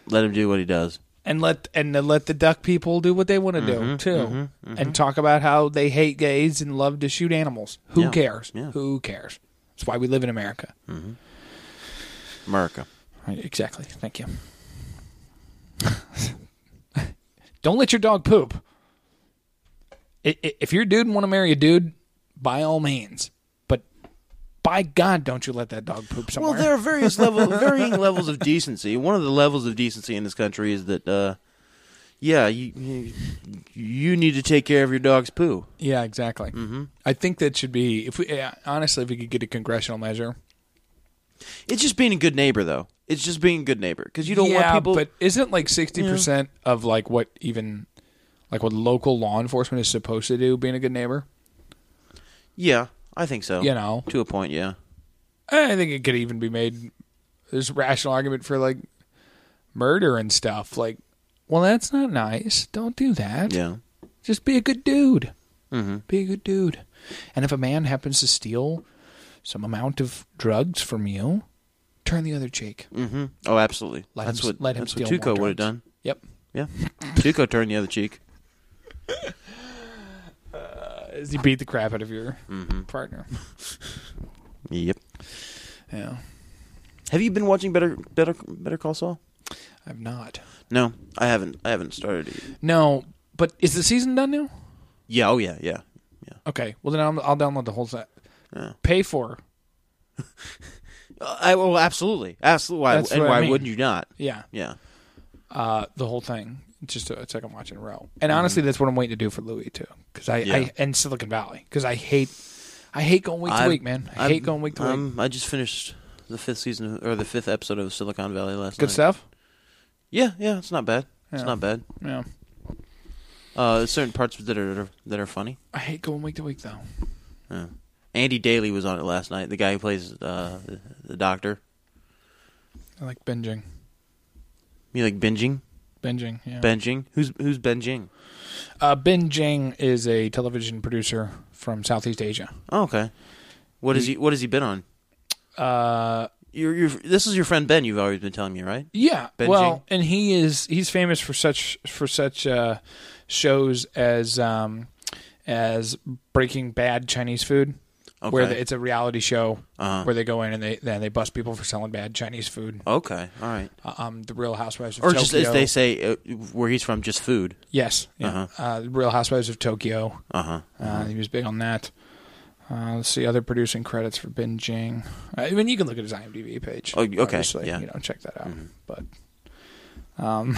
S2: Let him do what he does.
S1: And let and then let the duck people do what they want to do
S2: Mm-hmm,
S1: too, and talk about how they hate gays and love to shoot animals. Who
S2: Yeah,
S1: cares?
S2: yeah.
S1: Who cares? That's why we live in America.
S2: America.
S1: Right, exactly. Thank you. Don't let your dog poop. I- i- If you're a dude and want to marry a dude, by all means. But by God, don't you let that dog poop somewhere.
S2: Well, there are various level, varying levels of decency. One of the levels of decency in this country is that, uh, yeah, you, you you need to take care of your dog's poo.
S1: yeah, exactly. Mm-hmm. I think that should be. If we yeah, honestly, if we could get a congressional measure,
S2: It's just being a good neighbor, though. It's just being a good neighbor because you don't
S1: yeah,
S2: want people.
S1: but isn't like sixty percent of like what even like what local law enforcement is supposed to do being a good neighbor?
S2: yeah, I think so.
S1: You know.
S2: to a point. Yeah,
S1: I think it could even be made. There's a rational argument for like murder and stuff. Like, well, that's not nice. Don't do that.
S2: yeah.
S1: Just be a good dude. Be a good dude. And if a man happens to steal some amount of drugs from you, turn the other cheek.
S2: Mm-hmm. Oh, absolutely.
S1: Let
S2: that's
S1: him,
S2: what
S1: let him
S2: that's
S1: steal
S2: what
S1: more
S2: Tuco would have
S1: drugs.
S2: done.
S1: Yep.
S2: Yeah, Tuco turned the other cheek.
S1: As Uh, you beat the crap out of your partner.
S2: Yep.
S1: Yeah.
S2: Have you been watching Better Better Better Call Saul?
S1: I've not.
S2: No, I haven't. I haven't started it. yet.
S1: No, but is the season done now?
S2: Yeah. Oh, yeah. Yeah. Yeah.
S1: Okay. Well, then I'll, I'll download the whole set.
S2: Yeah.
S1: Pay for.
S2: Uh, I well, absolutely, absolutely. Why,
S1: That's
S2: and
S1: what I
S2: why
S1: mean.
S2: wouldn't you not?
S1: Yeah.
S2: Yeah.
S1: uh, the whole thing just to, so I can watch in a row. And honestly, that's what I'm waiting to do for Louis too, because I,
S2: Mm-hmm. Yeah.
S1: I and Silicon Valley because I hate I hate going week to
S2: I-
S1: week, man. I
S2: I'm-
S1: hate going week to week.
S2: Um, I just finished the fifth season of, or the fifth episode of Silicon Valley last night.
S1: Good stuff.
S2: Yeah, yeah, it's not bad. It's
S1: Yeah.
S2: not bad.
S1: Yeah,
S2: Uh, there's certain parts that are that are funny.
S1: I hate going week to week though.
S2: Yeah. Andy Daly was on it last night. The guy who plays uh, the, the doctor.
S1: I like binging,
S2: You like binging?
S1: binging. Yeah,
S2: Binging? Who's who's binging?
S1: uh, binging is a television producer from Southeast Asia.
S2: Oh, okay. What is he? What has he been on?
S1: Uh,
S2: You're, you're, this is your friend Ben. You've always been telling me, right?
S1: yeah.
S2: Binging?
S1: Well, and he is he's famous for such for such uh, shows as um, as Breaking Bad Chinese food.
S2: Okay.
S1: where the, it's a reality show
S2: Uh-huh.
S1: where they go in and they then they bust people for selling bad Chinese food.
S2: okay. All right.
S1: Uh, Um, the Real Housewives of
S2: Or
S1: Tokyo.
S2: just as they say, uh, where he's from, just food.
S1: yes, yeah.
S2: Uh-huh.
S1: Uh, the Real Housewives of Tokyo.
S2: Uh huh.
S1: Uh, he was big on that. Uh, let's see other producing credits for Bin Jing. I mean, you can look at his IMDb page.
S2: Oh, okay,
S1: obviously,
S2: yeah. Mm-hmm.
S1: you know, check that out. But um,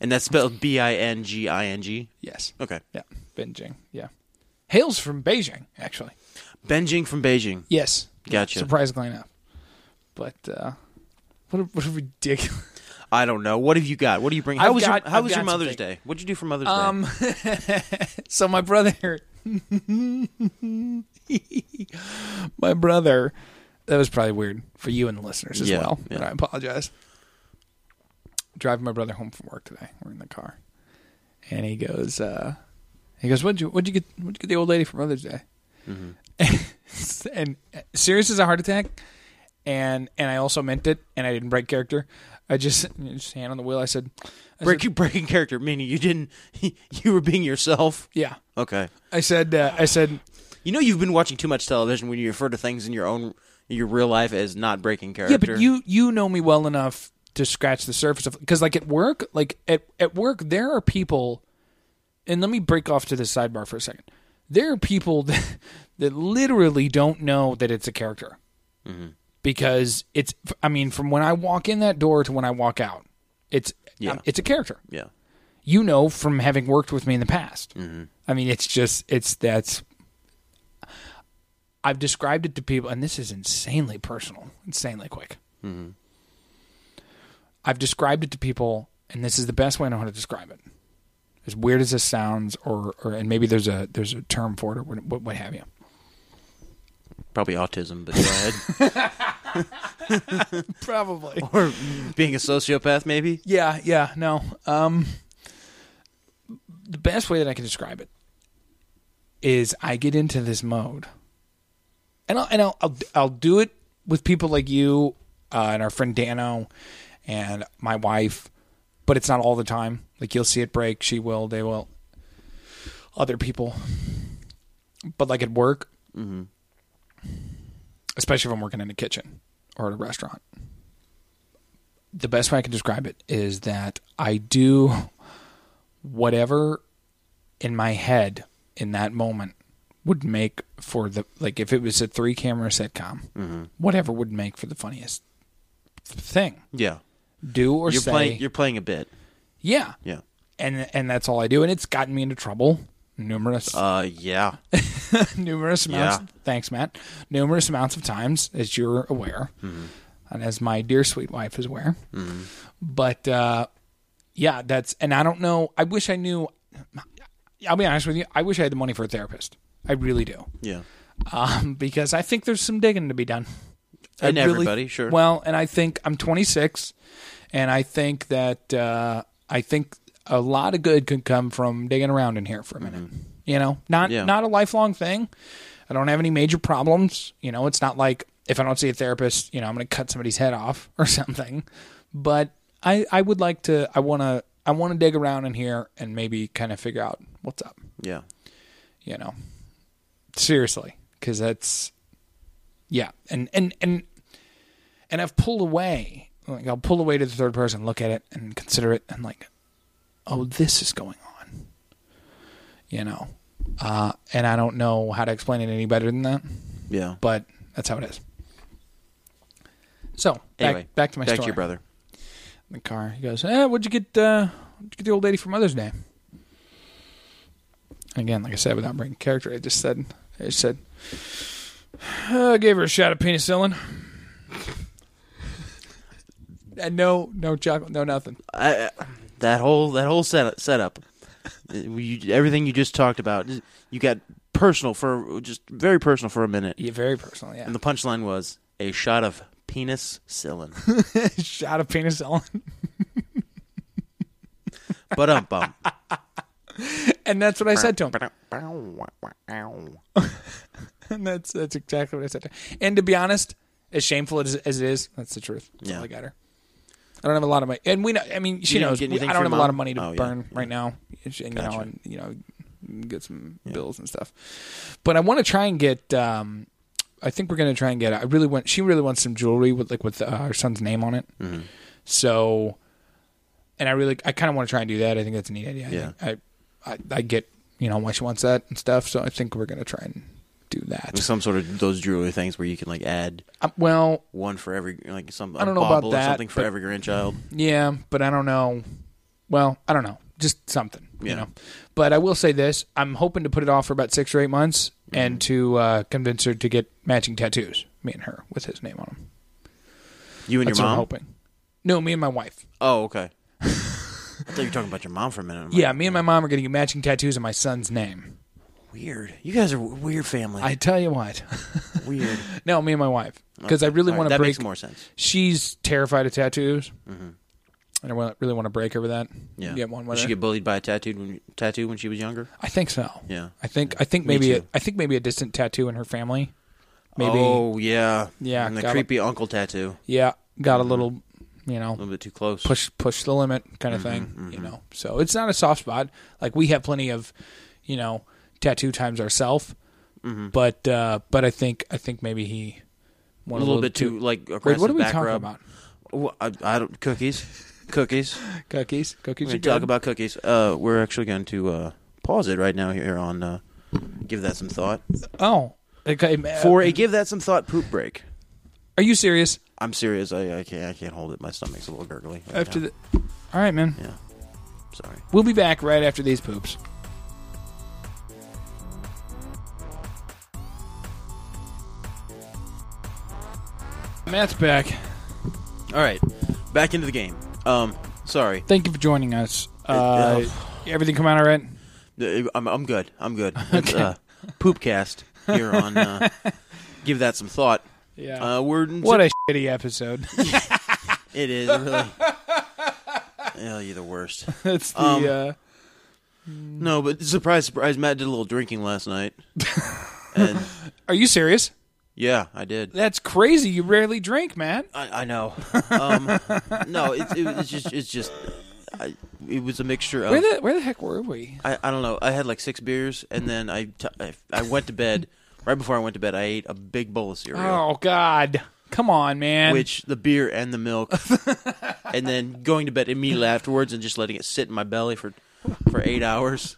S2: And that's spelled B I N G I N G.
S1: yes,
S2: Okay.
S1: yeah, Bin Jing. Yeah, hails from Beijing, actually.
S2: Benjing from Beijing.
S1: Yes,
S2: Gotcha.
S1: Surprisingly enough, but uh, what a, what a ridiculous.
S2: I don't know. What have you got? What do you bring? How
S1: I've
S2: was
S1: got-
S2: your, how
S1: I've
S2: was
S1: got
S2: your Mother's
S1: something.
S2: Day? What'd you do for Mother's Day?
S1: Um, so my brother, my brother, that was probably weird for you and the listeners as
S2: Yeah,
S1: well.
S2: yeah.
S1: And I apologize. Driving my brother home from work today. We're in the car, and he goes, uh, he goes, "What'd you what'd you get what'd you get the old lady for Mother's Day?"
S2: Mm-hmm.
S1: and uh, serious as a heart attack, and and I also meant it, and I didn't break character. I just, just hand on the wheel. I said, I
S2: Break
S1: said,
S2: breaking character, meaning you didn't. You were being yourself.
S1: yeah."
S2: Okay.
S1: I said, uh, I said,
S2: You know you've been watching too much television when you refer to things in your own in your real life as not breaking character.
S1: yeah, but you you know me well enough to scratch the surface of because like at work, like at at work, there are people, and let me break off to the sidebar for a second. There are people that, that literally don't know that it's a character
S2: Mm-hmm.
S1: because it's. I mean, from when I walk in that door to when I walk out, it's um,
S2: Yeah.
S1: it's a character
S2: Yeah.
S1: you know from having worked with me in the past. I mean, it's just it's that's. I've described it to people, and this is insanely personal, insanely quick. I've described it to people, and this is the best way I know how to describe it. As weird as this sounds, or, or and maybe there's a there's a term for it, or what, what, what have you.
S2: Probably autism, but go ahead.
S1: Probably.
S2: or being a sociopath, maybe.
S1: Yeah, yeah, no. Um, the best way that I can describe it is I get into this mode, and I'll and I'll I'll, I'll do it with people like you uh, and our friend Dano and my wife, but it's not all the time. Like you'll see it break. She will. They will. Other people, but like at work, especially if I'm working in a kitchen or at a restaurant the best way I can describe it is that I do whatever in my head in that moment would make for the like if it was a three camera sitcom,
S2: Mm-hmm.
S1: whatever would make for the funniest thing.
S2: Yeah.
S1: Do or
S2: You're
S1: say,
S2: playing. You're playing a bit.
S1: yeah,
S2: Yeah.
S1: and and that's all I do, and it's gotten me into trouble numerous
S2: Uh. Yeah.
S1: numerous amounts.
S2: Yeah.
S1: Thanks, Matt. Numerous amounts of times, as you're aware, and as my dear sweet wife is aware. But uh, yeah, that's and I don't know. I wish I knew. I'll be honest with you. I wish I had the money for a therapist. I really do,
S2: Yeah.
S1: um, because I think there's some digging to be done. I
S2: And
S1: really-
S2: everybody, sure.
S1: Well, and I think I'm 26, and I think that uh, I think a lot of good could come from digging around in here for a minute. You know, not
S2: Mm-hmm. Yeah.
S1: not a lifelong thing. I don't have any major problems. You know, it's not like if I don't see a therapist, you know, I'm going to cut somebody's head off or something. But I I would like to. I want to. I want to dig around in here and maybe kind of figure out what's up
S2: Yeah.
S1: you know seriously because that's yeah and and and and i've pulled away like i'll pull away to the third person look at it and consider it and like oh this is going on you know uh and i don't know how to explain it any better than that
S2: Yeah.
S1: but that's how it is so back,
S2: anyway,
S1: back to my
S2: back
S1: story
S2: to your brother.
S1: in the car he goes eh, what'd you get uh what'd you get the old lady for mother's day again, like I said, without bringing character, I just said, I just said, I gave her a shot of penicillin. and no, no chocolate, no nothing.
S2: I, I- that whole that whole set setup, uh, you, everything you just talked about, you got personal for just very personal for a minute,
S1: Yeah, very personal. Yeah,
S2: and the punchline was a shot of penis penicillin.
S1: shot of penicillin,
S2: but um bum.
S1: and that's what I said to him. and that's that's exactly what I said. to him. And to be honest, as shameful as, as it is, that's the truth. That's
S2: Yeah.
S1: all I got her. I don't have a lot of money, and we know. I mean, she
S2: You didn't
S1: knows.
S2: get
S1: we-
S2: anything
S1: I don't
S2: for
S1: have
S2: your
S1: a lot
S2: mom?
S1: of money to
S2: Oh, yeah.
S1: burn right now, and, you know,
S2: Gotcha.
S1: and you know, get some bills and stuff. But I want to try and get. Um, I think we're going to try and get. I really want. She really wants some jewelry with like with uh, her son's name on it.
S2: Mm-hmm.
S1: So, and I really, I kind of want to try and do that. I think that's a neat idea. I
S2: Yeah.
S1: think- I, I, I get you know why she wants that and stuff. So I think we're going to try and do that.
S2: Some sort of those jewelry things where you can like add
S1: Um, well,
S2: one for every like some
S1: I don't
S2: a
S1: know about
S2: bauble
S1: that,
S2: or something for
S1: but-
S2: every grandchild.
S1: Yeah, but I don't know. Well, I don't know. Just something, you
S2: Yeah.
S1: know. But I will say this: I'm hoping to put it off for about six or eight months,
S2: Mm-hmm.
S1: and to uh, convince her to get matching tattoos, me and her, with his name on them.
S2: You and
S1: That's
S2: your
S1: what I'm
S2: mom.
S1: hoping. No, me and my wife.
S2: Oh, okay. I thought you were talking about your mom for a minute. I'm like,
S1: Yeah, me and my mom are getting matching tattoos of my son's name.
S2: Weird. You guys are a weird family.
S1: I tell you what.
S2: weird.
S1: no, me and my wife, because I really
S2: All right,
S1: want to
S2: that
S1: break.
S2: makes more sense. Mm-hmm.
S1: She's terrified of tattoos, and I wa- really want to break her with that.
S2: Yeah.
S1: get one with
S2: Did she
S1: her.
S2: get bullied by a tattoo when tattoo when she was younger?
S1: I think so.
S2: Yeah.
S1: I think I think
S2: Me
S1: maybe a,
S2: too.
S1: I think maybe a distant tattoo in her family. Maybe
S2: Oh yeah.
S1: Yeah,
S2: And the
S1: got
S2: creepy uncle tattoo.
S1: yeah, got a little, you
S2: A
S1: know,
S2: Mm-hmm. little Mm-hmm, bit too close.
S1: push push the limit kind of thing, you know. So it's not a soft spot. Like we have plenty of, you know, tattoo times ourselves.
S2: Mm-hmm.
S1: But uh but I think I think maybe he
S2: A
S1: went
S2: little, bit too like
S1: Wait,
S2: aggressive
S1: what are we
S2: back
S1: talking
S2: rub.
S1: about?
S2: Well, I, I don't cookies. cookies.
S1: Cookies, cookies.
S2: We
S1: are
S2: can talk
S1: good.
S2: about cookies. Uh, we're actually going to uh, pause it right now here on uh, give that some thought
S1: oh okay. ma-
S2: for a give that some thought poop break.
S1: are you serious?
S2: I'm serious. I, I can't. I can't hold it. My stomach's a little gurgly. right
S1: After
S2: now.
S1: the, all right, man.
S2: sorry.
S1: We'll be back right after these poops. Matt's back.
S2: All right, back into the game. Um, sorry,
S1: Thank you for joining us. Uh, everything come out all right?
S2: Uh, I'm, I'm good. I'm good. It's, uh, Poopcast here on. Uh, give that some thought.
S1: Yeah.
S2: Uh, we're in
S1: what a shitty episode.
S2: It is really. Yeah, you're the worst.
S1: That's the.
S2: Um,
S1: uh,
S2: No, but surprise, surprise, Matt did a little drinking last night, and
S1: are you serious?
S2: yeah, I did.
S1: That's crazy. You rarely drink, Matt.
S2: I, I know. Um, no, it, it, it's just, it's just, I, it was a mixture of.
S1: Where the where the heck were we?
S2: I, I don't know. I had like six beers, and then I, t- I, I went to bed. Right before I went to bed, I ate a big bowl of cereal.
S1: Oh God! Come on, man.
S2: which the beer and the milk, and then going to bed immediately afterwards and just letting it sit in my belly for for eight hours.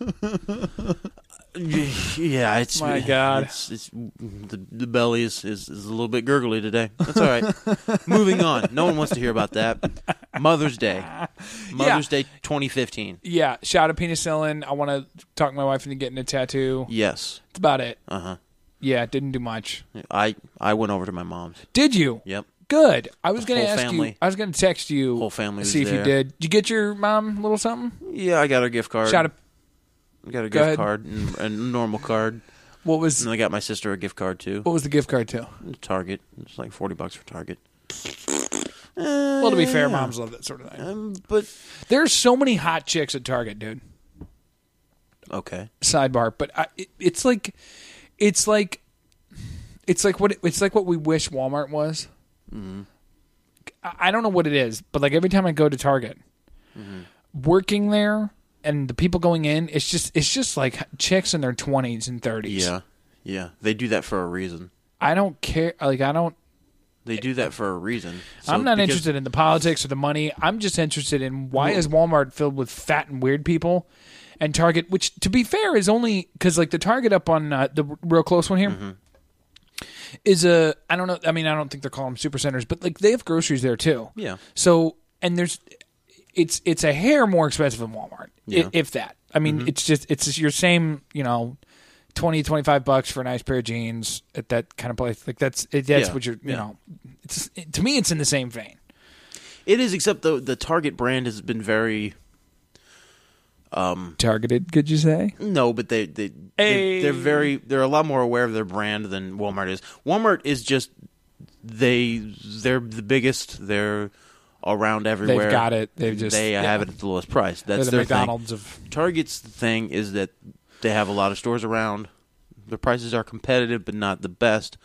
S2: yeah, it's
S1: My God.
S2: it's, it's the, the belly is, is is a little bit gurgly today. That's all right. Moving on. No one wants to hear about that. Mother's Day, Mother's Day, 2015.
S1: yeah, shot of penicillin. I want to talk my wife into getting a tattoo.
S2: Yes,
S1: That's about it.
S2: uh huh.
S1: Yeah, didn't do much.
S2: I I went over to my mom's.
S1: Did you?
S2: Yep.
S1: Good. I was gonna
S2: whole
S1: ask you.
S2: family.
S1: I was gonna text you.
S2: Whole family was
S1: See if you
S2: there.
S1: did. Did you get your mom a little something?
S2: Yeah, I got her gift card.
S1: Shot of
S2: got a gift
S1: ahead.
S2: card and a normal card,
S1: what was
S2: and I got my sister a gift card too.
S1: what was the gift card to?
S2: Target. It's like forty bucks for Target.
S1: Well, to be fair, moms love that sort of thing.
S2: Um, but
S1: There's so many hot chicks at Target, dude.
S2: okay,
S1: sidebar, but I, it, it's like, it's like, it's like what it- it's like what we wish Walmart was. I, I don't know what it is, but like every time I go to Target, working there and the people going in, it's just it's just like chicks in their twenties and thirties.
S2: yeah, yeah, they do that for a reason.
S1: I don't care. Like I don't.
S2: They do that for a reason. So-
S1: I'm not
S2: because-
S1: interested in the politics or the money. I'm just interested in why is Walmart filled with fat and weird people, and Target, which to be fair is only because like the Target up on uh, the r- real close one here
S2: Mm-hmm.
S1: is a I don't know. I mean, I don't think they're calling them super centers, but like they have groceries there too.
S2: Yeah.
S1: So and there's it's it's a hair more expensive than Walmart, i
S2: Yeah. Mm-hmm.
S1: if that. I mean, it's just it's just your same you know. 20 25 bucks for a nice pair of jeans at that kind of place like that's it, that's
S2: Yeah,
S1: what you're you
S2: yeah.
S1: know it's it, to me it's in the same vein
S2: It is, except the the Target brand has been very
S1: targeted could you say
S2: no, but they they
S1: Hey.
S2: they're, they're very they're a lot more aware of their brand than Walmart is. Walmart is just they they're the biggest. They're around everywhere.
S1: got it. They've just-
S2: they
S1: yeah.
S2: have it at the lowest price.
S1: they're
S2: That's
S1: the
S2: their thing.
S1: mcdonald's of
S2: Target's thing is that they have a lot of stores around. The prices are competitive, but not the best.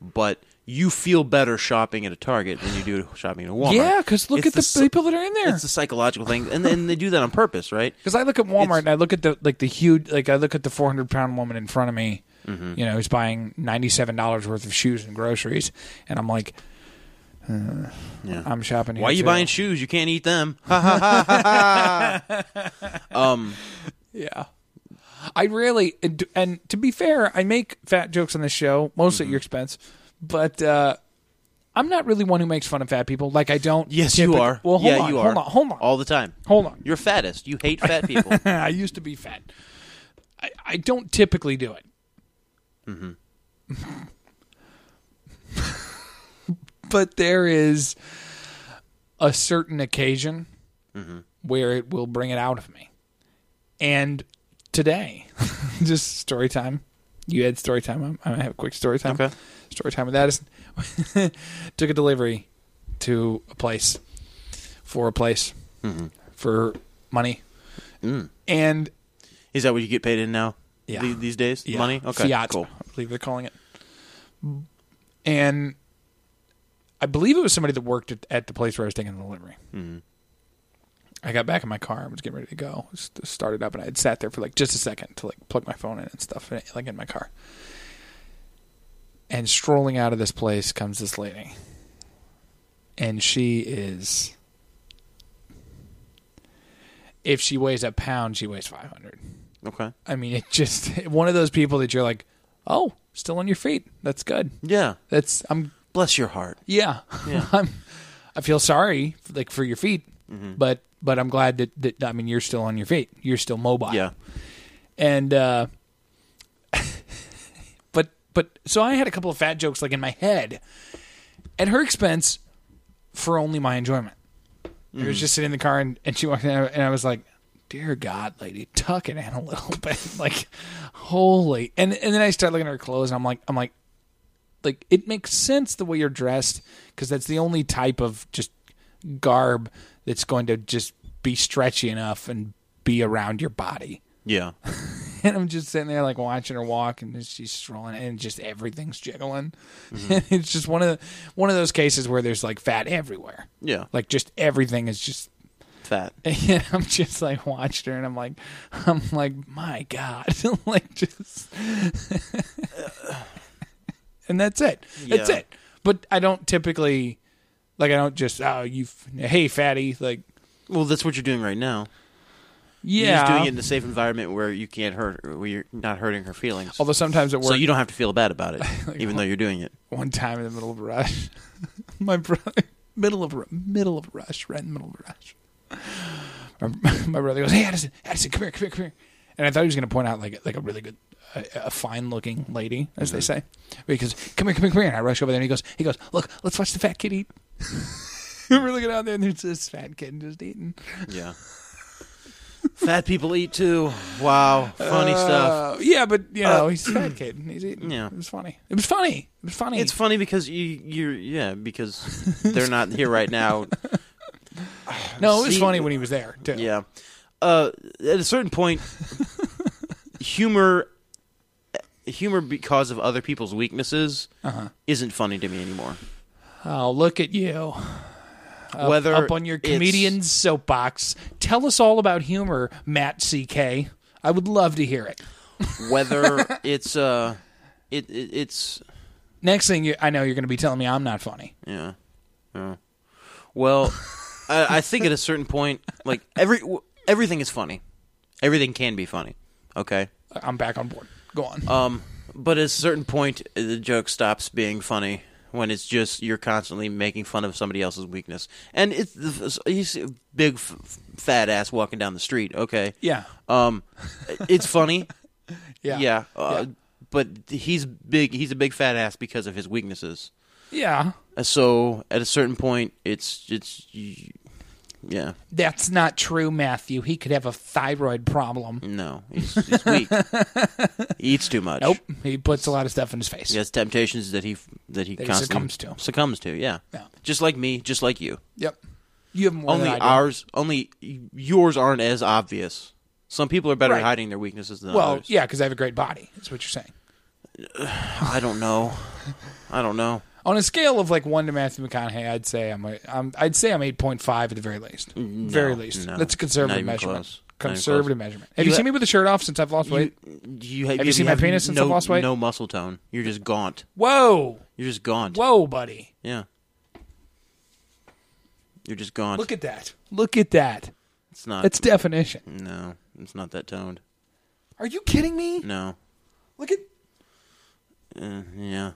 S2: But you feel better shopping at a Target than you do shopping at a Walmart.
S1: yeah because look
S2: It's
S1: at the,
S2: psy-
S1: people that are in there
S2: It's a psychological thing, and then they do that on purpose, right?
S1: because i look at walmart
S2: it's-
S1: and i look at the like the huge like i look at the 400 pound woman in front of me
S2: Mm-hmm.
S1: you know who's buying $97 worth of shoes and groceries and i'm like uh,
S2: Yeah.
S1: i'm shopping here
S2: Why are you
S1: too.
S2: buying shoes? You can't eat them. Ha, ha, ha, ha, ha. um,
S1: yeah i really and, and to be fair i make fat jokes on this show mostly
S2: Mm-hmm.
S1: at your expense but uh i'm not really one who makes fun of fat people like i don't
S2: yes, you
S1: typic-
S2: are.
S1: well hold
S2: yeah,
S1: on
S2: you are.
S1: hold on hold on
S2: all the time.
S1: hold on
S2: You're fattest. You hate fat people.
S1: I used to be fat. I, I don't typically do it. but there is a certain occasion where it will bring it out of me. And today, just story time. You had story time. I'm, I'm gonna have a quick story time.
S2: Okay.
S1: Story time with Addison. Took a delivery to a place for a place for money, and
S2: is that what you get paid in now?
S1: Yeah.
S2: The- These days, money. Okay,
S1: fiat.
S2: cool.
S1: I believe they're calling it. And I believe it was somebody that worked at, at the place where I was taking the delivery.
S2: Mm-hmm.
S1: I got back in my car. I was getting ready to go. Just started up, and I had sat there for like just a second to like plug my phone in and stuff, and, like in my car. And strolling out of this place comes this lady, and she is. If she weighs a pound, she weighs five hundred.
S2: Okay.
S1: I mean, it just one of those people that you're like, oh, still on your feet. That's good.
S2: Yeah.
S1: That's I'm
S2: Bless your heart.
S1: yeah.
S2: Yeah.
S1: I'm I feel sorry like for your feet,
S2: Mm-hmm.
S1: but but I'm glad that that I mean you're still on your feet. You're still mobile.
S2: Yeah.
S1: And uh, but but so I had a couple of fat jokes like in my head, at her expense for only my enjoyment. I was just sitting in the car and, and she walked in and I was like, Dear God, lady, tuck it in a little bit. like, holy and and then I start looking at her clothes and I'm like I'm like like it makes sense the way you're dressed because that's the only type of just garb that's going to just be stretchy enough and be around your body.
S2: Yeah.
S1: And I'm just sitting there like watching her walk, and she's strolling, and just everything's jiggling. it's just one of the, one of those cases where there's like fat everywhere.
S2: Yeah.
S1: like just everything is just.
S2: Fat.
S1: And I'm just like watching her, and I'm like, I'm like, my God, like just. and that's it. That's
S2: Yeah.
S1: it. But I don't typically, like, I don't just oh you, f- hey fatty, like
S2: Well, that's what you're doing right now. You're
S1: yeah.
S2: just doing it in a safe environment where you can't hurt, where you're not hurting her feelings.
S1: Although sometimes it works.
S2: so you don't have to feel bad about it, even though you're doing it.
S1: one time in the middle of a rush. my brother, middle of a- middle of a rush, right in the middle of a rush. My- My brother goes, "Hey, Addison, Addison, come here, come here, come here." And I thought he was going to point out like like a really good, a, a fine looking lady, as they
S2: Mm-hmm.
S1: say. Because come here, come here, come here. And I rush over there, and he goes, he goes, look, let's watch the fat kid eat. We're looking out there, and there's this fat kid just eating.
S2: Yeah. Fat people eat too. Wow. Funny stuff.
S1: Uh, yeah, but you know, he's a fat kid, and he's eating.
S2: Yeah.
S1: it was funny. It was funny. It was funny.
S2: It's funny because you, you're, yeah, because they're not here right now.
S1: no, it was
S2: see-
S1: funny when he was there too.
S2: Yeah. Uh, at a certain point, humor, humor because of other people's weaknesses
S1: Uh-huh.
S2: isn't funny to me anymore.
S1: Oh, look at you. Up-
S2: Whether
S1: up on your
S2: it's-
S1: comedian soapbox. Tell us all about humor, Matt CK. I would love to hear it.
S2: whether it's uh, it, it it's
S1: Next thing you, I know, you're going to be telling me I'm not funny.
S2: yeah, yeah. Well, I, I think at a certain point, like every w- everything is funny, everything can be funny. Okay.
S1: I'm back on board. Go on.
S2: Um, but at a certain point, the joke stops being funny when it's just you're constantly making fun of somebody else's weakness. And it's the, you see a big f- fat ass walking down the street. Okay,
S1: yeah,
S2: Um, it's funny.
S1: yeah,
S2: yeah. Uh,
S1: Yeah.
S2: But he's big. He's a big fat ass because of his weaknesses.
S1: yeah.
S2: Uh, So at a certain point, it's it's y- yeah.
S1: That's not true, Matthew. He could have a thyroid problem.
S2: No, he's, he's weak. he eats too much.
S1: Nope. He puts a lot of stuff in his face.
S2: He has temptations that he that he
S1: That he
S2: constantly
S1: succumbs to.
S2: Succumbs to, yeah.
S1: Yeah.
S2: Just like me, just like you.
S1: Yep. You have more
S2: only
S1: than I do.
S2: ours, only yours aren't as obvious. Some people are better
S1: Right.
S2: at hiding their weaknesses than
S1: Well,
S2: others.
S1: yeah, because I have a great body. That's what you're saying.
S2: I don't know. I don't know.
S1: On a scale of like one to Matthew McConaughey, I'd say I'm, a, I'm I'd say I'm eight point five at the very least. very least.
S2: Mm, no.
S1: That's a conservative
S2: Not even
S1: measurement.
S2: close. Not even
S1: Conservative
S2: close.
S1: measurement. Have you,
S2: You-
S1: seen me with a shirt off since I've lost weight?
S2: You have,
S1: you seen my penis since
S2: no,
S1: I've lost weight?
S2: No muscle tone. You're just gaunt.
S1: Whoa,
S2: You're just gaunt.
S1: whoa, buddy!
S2: Yeah. You're just gaunt.
S1: Look at that! Look at that!
S2: it's not.
S1: That's definition.
S2: no, it's not that toned.
S1: Are you kidding me?
S2: No.
S1: Look at
S2: Uh, yeah.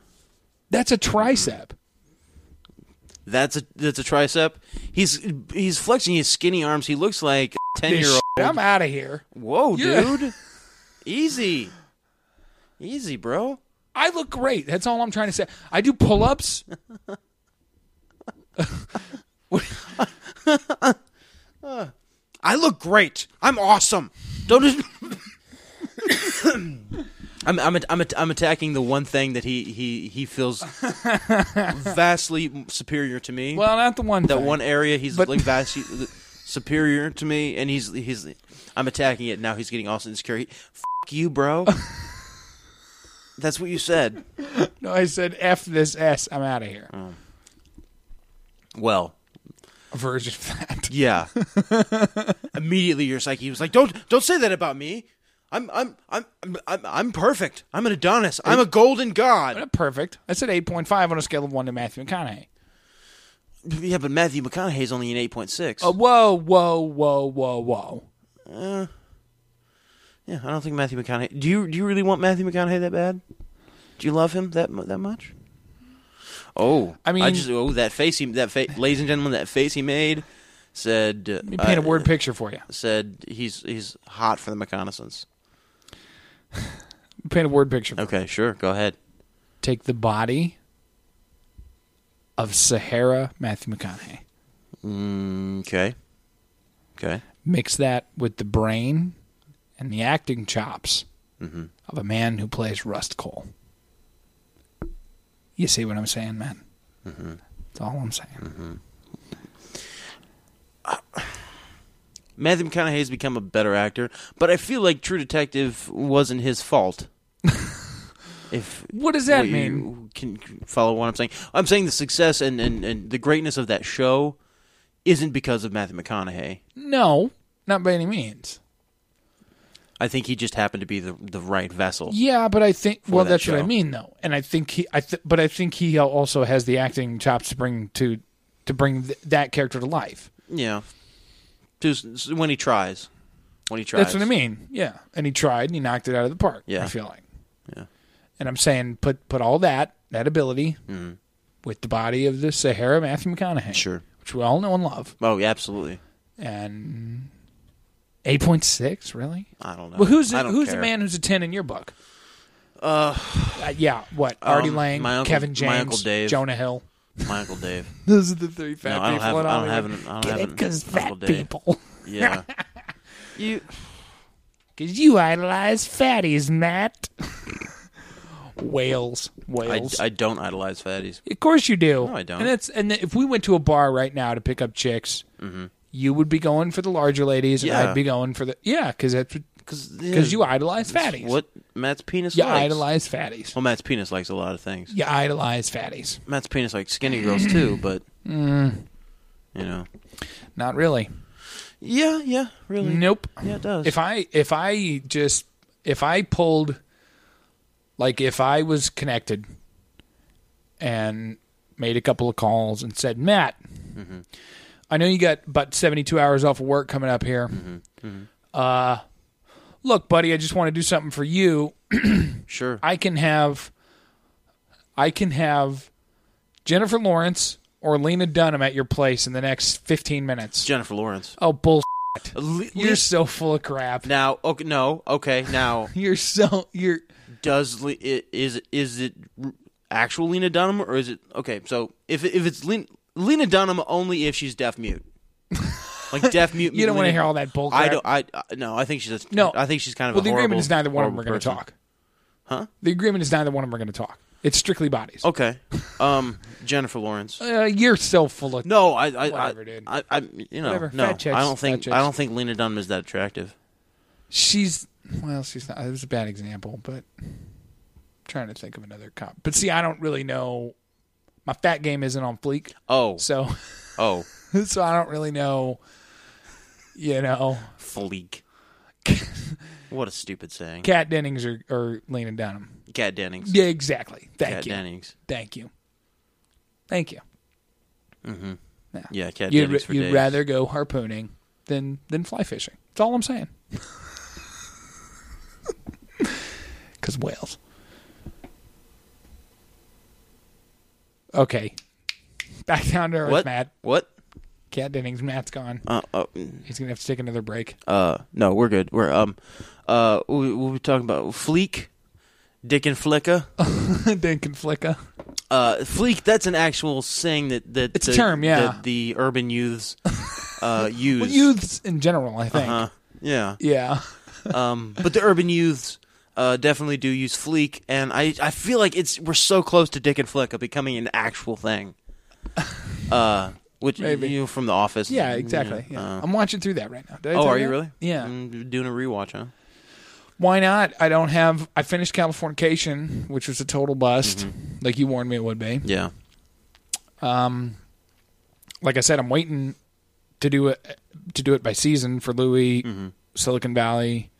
S1: that's a tricep.
S2: Mm-hmm. That's a that's a tricep. He's he's flexing his skinny arms. He looks like a ten year
S1: This
S2: old.
S1: shit, I'm out of here.
S2: Whoa,
S1: Yeah.
S2: dude. Easy. Easy, bro.
S1: I look great. That's all I'm trying to say. I do pull-ups.
S2: I look great. I'm awesome. Don't. I'm I'm at- I'm at- I'm attacking the one thing that he he he feels vastly superior to me.
S1: Well, not the one.
S2: that
S1: thing.
S2: one area he's
S1: But-
S2: like vastly superior to me, and he's he's I'm attacking it now. He's getting all insecure. He, Fuck you, bro. That's what you said.
S1: No, I said f this s. I'm out of here.
S2: Well,
S1: A version of that.
S2: Yeah. Immediately, your psyche was like, "Don't, don't say that about me. I'm, I'm, I'm, I'm, I'm, I'm perfect. I'm an Adonis. I'm a golden god."
S1: Not perfect. I said 8.5 on a scale of 1 to Matthew McConaughey.
S2: Yeah, but Matthew McConaughey's only an eight point six.
S1: Uh, whoa, whoa, whoa, whoa, whoa.
S2: yeah, I don't think Matthew McConaughey. Do you, do you really want Matthew McConaughey that bad? Do you love him that mu- that much? Oh,
S1: I mean-
S2: I just oh that face he that face, ladies and gentlemen, that face he made said uh,
S1: Let me paint a
S2: I-
S1: word picture for you.
S2: said he's he's hot for the reconnaissance.
S1: Let me Paint a word picture.
S2: Okay, sure, go ahead.
S1: Take the body, of Sahara Matthew McConaughey.
S2: Okay. Okay.
S1: Mix that with the brain and the acting chops of a man who plays Rust Cole. You see what I'm saying, man? That's all I'm saying.
S2: Matthew McConaughey's become a better actor, but I feel like True Detective wasn't his fault. if
S1: What does that
S2: you
S1: mean?
S2: Can follow what I'm saying. I'm saying the success and, and, and the greatness of that show isn't because of Matthew McConaughey.
S1: No, not by any means.
S2: I think he just happened to be the the right vessel.
S1: Yeah, but I think well,
S2: that
S1: that's what I
S2: show.
S1: mean though, and I think he, I th- but I think he also has the acting chops to bring to to bring th- that character to life.
S2: Yeah. Just s- when he tries. When he tries.
S1: That's what I mean. Yeah, and he tried and he knocked it out of the park.
S2: Yeah.
S1: I feel like.
S2: Yeah.
S1: and I'm saying put put all that that ability with the body of the Sahara Matthew McConaughey,
S2: Hmm. Sure.
S1: which we all know and love,
S2: Oh, yeah, absolutely.
S1: and eight point six really.
S2: I don't know.
S1: Well, who's
S2: I
S1: the,
S2: don't
S1: who's
S2: care.
S1: the man who's a ten in your book? Uh, yeah. What?
S2: um,
S1: Artie Lang,
S2: my uncle-
S1: Kevin James,
S2: my uncle Dave.
S1: Jonah Hill.
S2: My Uncle Dave.
S1: Those are the three fat
S2: No, I don't have.
S1: people in
S2: I don't
S1: Hollywood.
S2: have. An, I don't
S1: Get
S2: have.
S1: it?
S2: an
S1: Because
S2: Uncle
S1: fat
S2: Dave.
S1: people.
S2: Yeah. you.
S1: Because you idolize fatties, Matt. Whales.
S2: I,
S1: Whales.
S2: I don't idolize fatties.
S1: of course you do.
S2: No, I don't.
S1: And, that's, and if we went to a bar right now to pick up chicks, you would be going for the larger ladies, and
S2: Mm-hmm. Yeah.
S1: I'd be going for the. Yeah, because that's
S2: Because
S1: because you idolize fatties.
S2: What Matt's penis
S1: You
S2: likes.
S1: idolize fatties.
S2: Well, Matt's penis likes a lot of things.
S1: You idolize fatties.
S2: Matt's penis likes skinny girls too, but
S1: Mm.
S2: you know.
S1: Not really.
S2: Yeah, yeah, really.
S1: Nope.
S2: Yeah, it does.
S1: If I if I just if I pulled like if I was connected and made a couple of calls and said, Matt, I know you got about seventy two hours off of work coming up here. Uh look, buddy, I just want to do something for you.
S2: sure.
S1: I can have I can have Jennifer Lawrence or Lena Dunham at your place in the next fifteen minutes.
S2: Jennifer Lawrence.
S1: oh bull
S2: Le-
S1: you're
S2: Le-
S1: so full of crap.
S2: now, okay, no, okay. Now,
S1: You're so you're
S2: does Le- i- is is it r- actual Lena Dunham or is it okay? So if if it's Lena, Lena Dunham only if she's deaf mute, like deaf mute.
S1: you don't want to
S2: Lena-
S1: hear all that bull crap.
S2: I don't. I, I no. I think she's a,
S1: No.
S2: I think she's kind of.
S1: well,
S2: a
S1: the agreement
S2: horrible-
S1: is neither one of them are
S2: horrible
S1: going to
S2: person.
S1: talk. Huh? The agreement is neither one of them are going to talk. It's strictly bodies.
S2: Okay. Um, Jennifer Lawrence.
S1: Uh, you're so full of
S2: No, I, I,
S1: Whatever,
S2: I,
S1: dude.
S2: I, I, you know,
S1: Whatever.
S2: no.
S1: Fat chicks,
S2: I don't
S1: fat
S2: think
S1: chicks.
S2: I don't think Lena Dunham is that attractive.
S1: She's well, she's not. It was a bad example, but I'm trying to think of another cop. But see, I don't really know. My fat game isn't on fleek,
S2: Oh,
S1: so
S2: oh,
S1: so I don't really know. You know,
S2: fleek. what a stupid saying.
S1: Cat Dennings or, or Lena Dunham.
S2: Cat Dennings.
S1: Yeah, exactly. Thank
S2: Cat
S1: you.
S2: Dennings.
S1: Thank you. Thank you.
S2: Yeah, Cat
S1: you'd,
S2: Dennings for
S1: you'd
S2: days.
S1: rather go harpooning than than fly fishing. That's all I'm saying. Because whales. Okay, back down to earth,
S2: what?
S1: Matt.
S2: What?
S1: Cat Dennings. Matt's gone.
S2: Uh, uh,
S1: He's gonna have to take another break.
S2: uh, no, we're good. We're um, uh, we, we'll be talking about Fleek, Dick and Flicka.
S1: Dink and Flicka.
S2: Uh, Fleek. That's an actual saying that that
S1: It's a
S2: the,
S1: term, yeah.
S2: that the urban youths uh use.
S1: Well, youths in general, I think.
S2: Uh, yeah.
S1: Yeah.
S2: Um, but the urban youths uh, definitely do use fleek, and I, I feel like it's we're so close to Dick and Flick of becoming an actual thing. Uh, which
S1: Maybe.
S2: you know, from the office.
S1: Yeah. Exactly.
S2: you know,
S1: Yeah.
S2: uh,
S1: I'm watching through that right now. Did I
S2: oh,
S1: tell
S2: are you
S1: that?
S2: really?
S1: Yeah.
S2: Mm, doing a rewatch, huh?
S1: Why not? I don't have. I finished Californication, which was a total bust,
S2: Mm-hmm.
S1: like you warned me it would be.
S2: Yeah.
S1: Like I said, I'm waiting to do it to do it by season for Louis,
S2: Mm-hmm.
S1: Silicon Valley.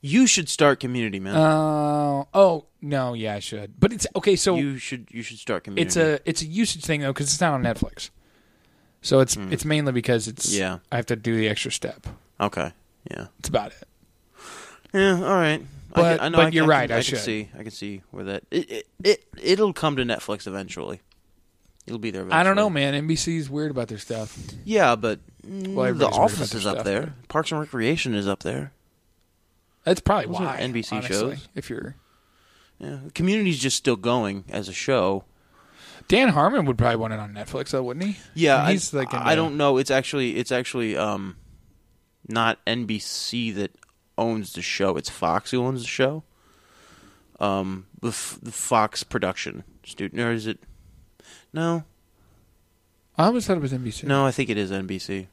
S2: You should start Community, man.
S1: Uh, oh no, yeah, I should. But it's okay. So
S2: you should you should start Community.
S1: it's a it's a usage thing though because it's not on Netflix. So it's it's mainly because it's
S2: Mm. Yeah.
S1: I have to do the extra step.
S2: okay. Yeah.
S1: That's about it.
S2: Yeah. All right. I
S1: But-
S2: can, I know
S1: but
S2: I can-
S1: you're
S2: I can-
S1: right, I
S2: can
S1: should.
S2: see. I can see where that it it, it it'll come to Netflix eventually. It'll be there. Eventually.
S1: I don't know, man. NBC's weird about their stuff.
S2: Yeah, but
S1: Well, everybody's
S2: mm, the
S1: worried about
S2: office
S1: their
S2: is up
S1: stuff,
S2: there. Parks and Recreation is up there.
S1: That's probably
S2: Those are
S1: why
S2: NBC
S1: honestly,
S2: shows.
S1: If you're
S2: Yeah, Community's just still going as a show.
S1: Dan Harmon would probably want it on Netflix, though, wouldn't he?
S2: Yeah,
S1: And he's
S2: I,
S1: like.
S2: I don't know. It's actually it's actually um, not NBC that owns the show. It's Fox who owns the show. Um, the, F- the Fox production student, or is it? No,
S1: I always thought it was NBC.
S2: no, I think it is NBC.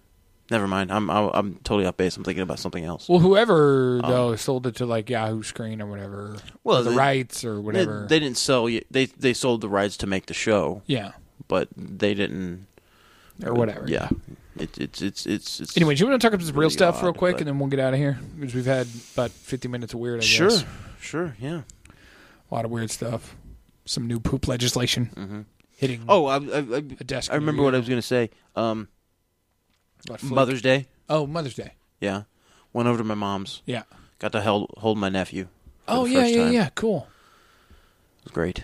S2: Never mind. I'm I'm I'm totally off base. I'm thinking about something else.
S1: Well, whoever though sold it to like Yahoo Screen or whatever.
S2: Um, Well,
S1: or the
S2: they-
S1: rights or
S2: They,
S1: whatever.
S2: they didn't sell. y- They they sold the rights to make the show,
S1: yeah,
S2: but they didn't.
S1: or whatever.
S2: Yeah, it, it's it's it's it's.
S1: Anyways, you want to talk about some real
S2: Really
S1: stuff real
S2: odd,
S1: quick,
S2: but-
S1: and then we'll get out of here because we've had about fifty minutes of weird. I
S2: sure,
S1: guess.
S2: sure, yeah.
S1: a lot of weird stuff. Some new poop legislation hitting.
S2: Oh, I, I, I,
S1: desk
S2: I remember
S1: near
S2: what
S1: you.
S2: I was going to say. Um,
S1: about Flake.
S2: Mother's Day.
S1: Oh, Mother's Day.
S2: Yeah, went over to my mom's.
S1: Yeah.
S2: Got to hold hold my nephew. for
S1: Oh
S2: the
S1: yeah,
S2: first
S1: yeah,
S2: time.
S1: yeah. Cool.
S2: It was great.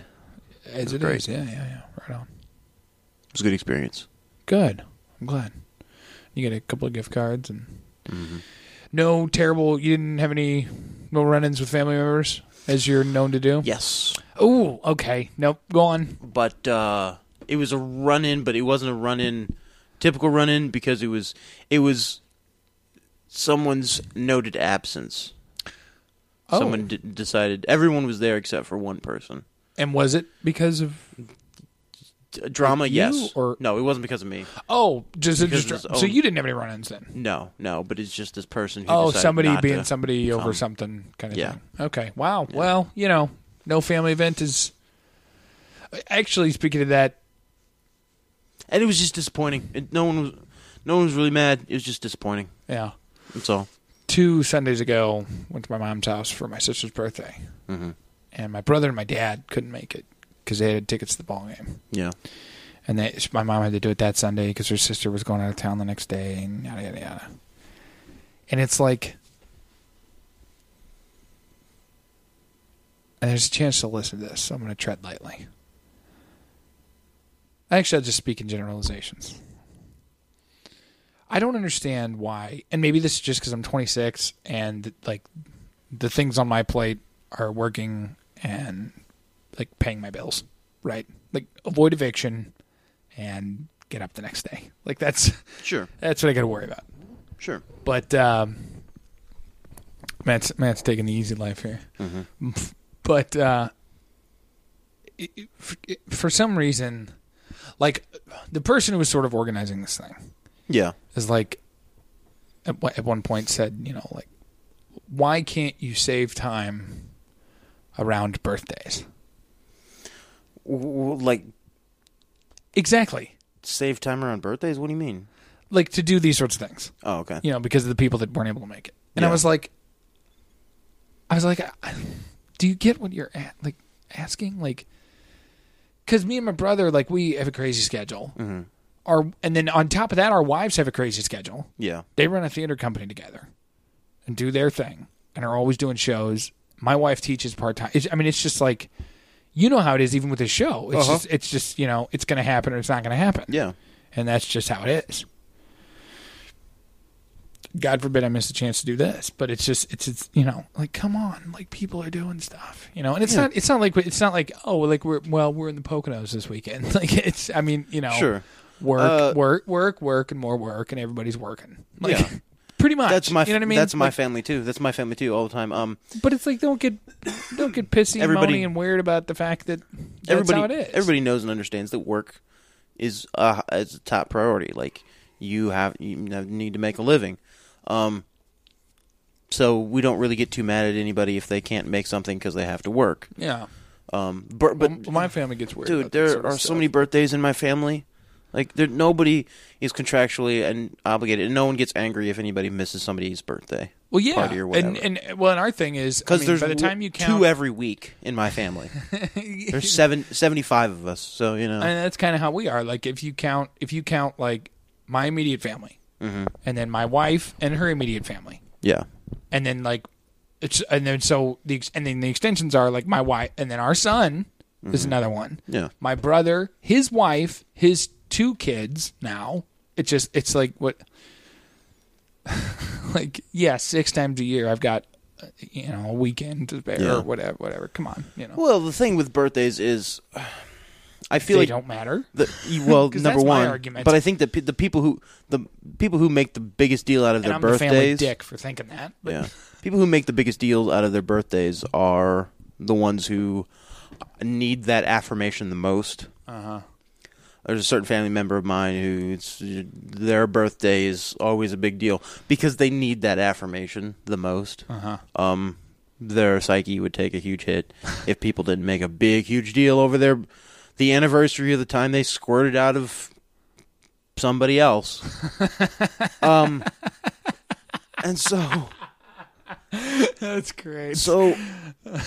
S2: It
S1: As it
S2: Great.
S1: is. Yeah, yeah, yeah. Right on.
S2: was a good experience.
S1: Good. I'm glad. You get a couple of gift cards and
S2: Mm-hmm.
S1: no terrible. You didn't have any no run-ins with family members as you're known to do.
S2: Yes,
S1: Oh, okay. Nope. Go on.
S2: but uh, it was a run in, but it wasn't a run in, typical run in because it was it was someone's noted absence.
S1: Oh.
S2: Someone d- decided everyone was there except for one person.
S1: And was it because of?
S2: D- drama,
S1: You
S2: yes,
S1: or-
S2: no, it wasn't because of me.
S1: Oh, just,
S2: Because
S1: just
S2: of his
S1: so
S2: own-
S1: you didn't have any run-ins then.
S2: No, no, but it's just this person. Who
S1: Oh,
S2: decided
S1: somebody
S2: not
S1: being
S2: to
S1: somebody over
S2: come.
S1: something kind of
S2: Yeah.
S1: thing. Okay. Wow. Well, you know, no family event is. Actually, speaking of that,
S2: and it was just disappointing. It, no one was, no one was really mad. It was just disappointing.
S1: yeah,
S2: That's all.
S1: two Sundays ago, went to my mom's house for my sister's birthday, and my brother and my dad couldn't make it because they had tickets to the ball game.
S2: Yeah,
S1: and they, my mom had to do it that Sunday because her sister was going out of town the next day, and yada yada yada. And it's like, and there's a chance to listen to this, so I'm going to tread lightly. Actually, I'll just speak in generalizations. I don't understand why, and maybe this is just because I'm 26 and like the things on my plate are working and like paying my bills, right? Like avoid eviction and get up the next day. Like that's
S2: sure,
S1: that's what I got to worry about.
S2: sure.
S1: But um, Matt's Matt's taking the easy life here. But uh, it, it- for, it- for some reason, like the person who was sort of organizing this thing
S2: Yeah,
S1: is like at, one- at one point said, you know, like why can't you save time around birthdays?
S2: like
S1: Exactly.
S2: save time around birthdays. What do you mean?
S1: Like to do these sorts of things.
S2: Oh, okay.
S1: you know, because of the people that weren't able to make it. And I
S2: Yeah.
S1: was like, I was like, I- do you get what you're at, like asking? Like, because me and my brother, like, we have a crazy schedule.
S2: Mm-hmm.
S1: Our and then on top of that, our wives have a crazy schedule.
S2: Yeah,
S1: They run a theater company together and do their thing and are always doing shows. My wife teaches part time. I mean, it's just like you know how it is, even with this show. It's just, it's just you know, it's going to happen or it's not going to happen
S2: Uh-huh. yeah,
S1: and that's just how it is. God forbid I miss a chance to do this, but it's just it's it's you know like come on like people are doing stuff you know and it's not it's not like it's not like oh like we're well we're in the Poconos this weekend like it's I mean you know
S2: sure.
S1: work
S2: Uh,
S1: work work work and more work and everybody's working like
S2: Yeah.
S1: pretty much
S2: That's my.
S1: you know what I mean
S2: That's my
S1: Like,
S2: family too. That's my family too all the time. Um,
S1: but it's like don't get don't get pissy
S2: Everybody-
S1: and moaning and weird about the fact that that's
S2: everybody,
S1: how it is
S2: everybody knows and understands that work is uh is a top priority. Like you have you have- need to make a living. Um, so we don't really get too mad at anybody if they can't make something because they have to work.
S1: yeah
S2: Um, but, but
S1: but my family gets weird
S2: dude
S1: about this
S2: there
S1: sort
S2: are
S1: of
S2: so
S1: stuff.
S2: many birthdays in my family like there nobody is contractually and obligated and no one gets angry if anybody misses somebody's birthday
S1: well yeah
S2: party or whatever
S1: and and well and our thing is
S2: because
S1: because
S2: there's
S1: by the time you count
S2: two every week in my family there's seven, 75 of us so you know
S1: and that's kind of how we are. Like if you count, if you count like my immediate family,
S2: Mm-hmm.
S1: and then my wife and her immediate family,
S2: yeah
S1: and then like it's and then so the ex- and then the extensions are like my wife and then our son is another one.
S2: Mm-hmm. Yeah.
S1: my brother, his wife, his two kids. Now it's just it's like what, like yeah, six times a year I've got uh, you know a weekend to spare
S2: Yeah.
S1: or whatever, whatever. Come on, you know.
S2: well the thing with birthdays is I feel
S1: they
S2: like
S1: don't matter.
S2: The, you- well,
S1: 'Cause
S2: number
S1: that's my
S2: one,
S1: argument.
S2: but I think that pe- the people who the people who make the biggest deal out of
S1: And
S2: their
S1: I'm a family
S2: birthdays,
S1: dick for thinking that. But
S2: yeah, people who make the biggest deal out of their birthdays are the ones who need that affirmation the most.
S1: Uh-huh.
S2: There's a certain family member of mine who it's their birthday is always a big deal because they need that affirmation the most.
S1: Uh-huh.
S2: Um, their psyche would take a huge hit if people didn't make a big, huge deal over their the anniversary of the time they squirted out of somebody else. um, and so,
S1: That's great.
S2: so,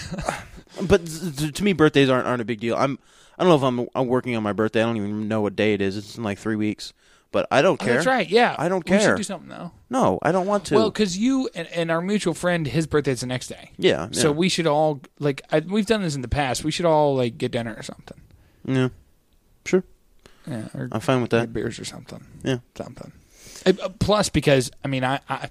S2: but to, to me, birthdays aren't aren't a big deal. I'm I don't know if I'm I'm working on my birthday. I don't even know what day it is. It's in like three weeks, but I don't
S1: Oh,
S2: care.
S1: that's right. Yeah,
S2: I don't
S1: We should
S2: care.
S1: do something though.
S2: No, I don't want to.
S1: Well, because you and, and our mutual friend, his birthday's the next day.
S2: yeah,
S1: So
S2: yeah.
S1: we should all like I, we've done this in the past. We should all like get dinner or something.
S2: yeah, sure,
S1: Yeah, or
S2: I'm fine with
S1: get
S2: that.
S1: beers or something.
S2: Yeah.
S1: something. Uh, uh, Plus, because I mean, I, I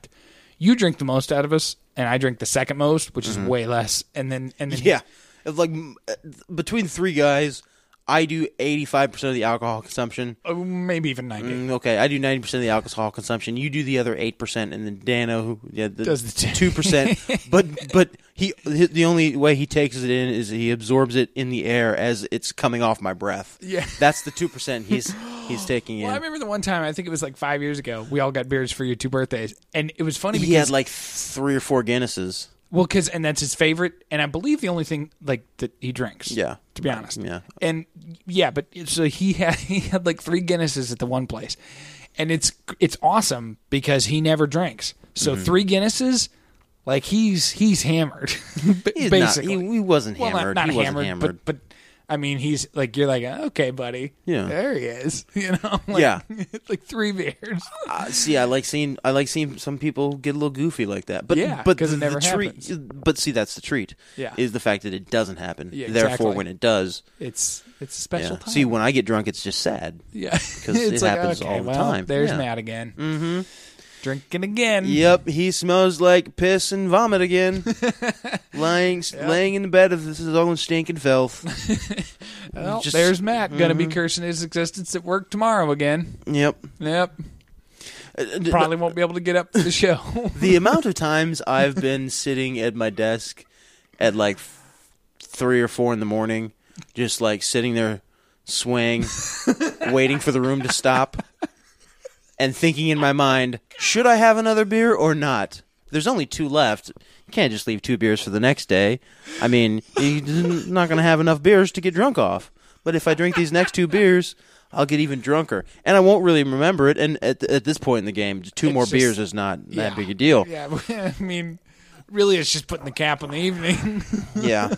S1: you drink the most out of us, and I drink the second most, which is way less. And then and then
S2: Mm-hmm. Yeah, it's like mm, uh, th- between three guys, I do eighty five percent of the alcohol consumption.
S1: uh, maybe even ninety
S2: Mm, okay, I do ninety percent of the alcohol consumption. You do the other eight percent, and then Dano who- yeah, the,
S1: Does the
S2: two percent. but but he hi- the only way he takes it in is he absorbs it in the air as it's coming off my breath.
S1: Yeah.
S2: that's the two percent he's he's taking
S1: Well, I
S2: in.
S1: remember the one time I think it was like five years ago. We all got beers for your two birthdays, and it was funny because
S2: he had like three or four Guinnesses.
S1: Well, because and that's his favorite, and I believe the only thing like that he drinks.
S2: Yeah.
S1: to be honest.
S2: Yeah.
S1: and yeah, but so he had he had like three Guinnesses at the one place, and it's it's awesome because he never drinks. So
S2: Mm-hmm.
S1: three Guinnesses, like he's he's hammered, b-
S2: He's not-
S1: basically.
S2: he, he wasn't
S1: well,
S2: hammered.
S1: not, not
S2: he wasn't
S1: hammered,
S2: hammered.
S1: but but I mean, he's like you're like okay, buddy.
S2: Yeah.
S1: there he is. You know, like,
S2: Yeah.
S1: like three beers.
S2: Uh, see, I like seeing I like seeing some people get a little goofy like that. But
S1: Yeah,
S2: but
S1: 'cause it
S2: the
S1: never
S2: treat,
S1: happens.
S2: But see, that's the treat.
S1: Yeah.
S2: is the fact that it doesn't happen.
S1: Yeah,
S2: Therefore,
S1: exactly.
S2: when it does,
S1: It's it's a
S2: yeah.
S1: special time.
S2: see, when I get drunk, it's just sad.
S1: Yeah,
S2: Because it happens all the
S1: well,
S2: time.
S1: There's
S2: Yeah.
S1: Matt again, mm-hmm. drinking again.
S2: Yep, he smells like piss and vomit again. lying, laying in the bed of his own stinking filth.
S1: Well,
S2: Just- Mm-hmm.
S1: there's Matt gonna be cursing his existence at work tomorrow again.
S2: Yep.
S1: Yep,
S2: Uh, d-
S1: probably won't be able to get up to the show.
S2: the amount of times I've been sitting at my desk at like three or four in the morning, just like sitting there swaying, waiting for the room to stop, and thinking in my mind, should I have another beer or not? There's only two left. You can't just leave two beers for the next day. I mean, you're not going to have enough beers to get drunk off. But if I drink these next two beers, I'll get even drunker, and I won't really remember it. And at, at this point in the game, two more
S1: just-
S2: beers is not
S1: Yeah.
S2: that big a deal.
S1: yeah, I mean, really, it's just putting the cap on the evening.
S2: Yeah.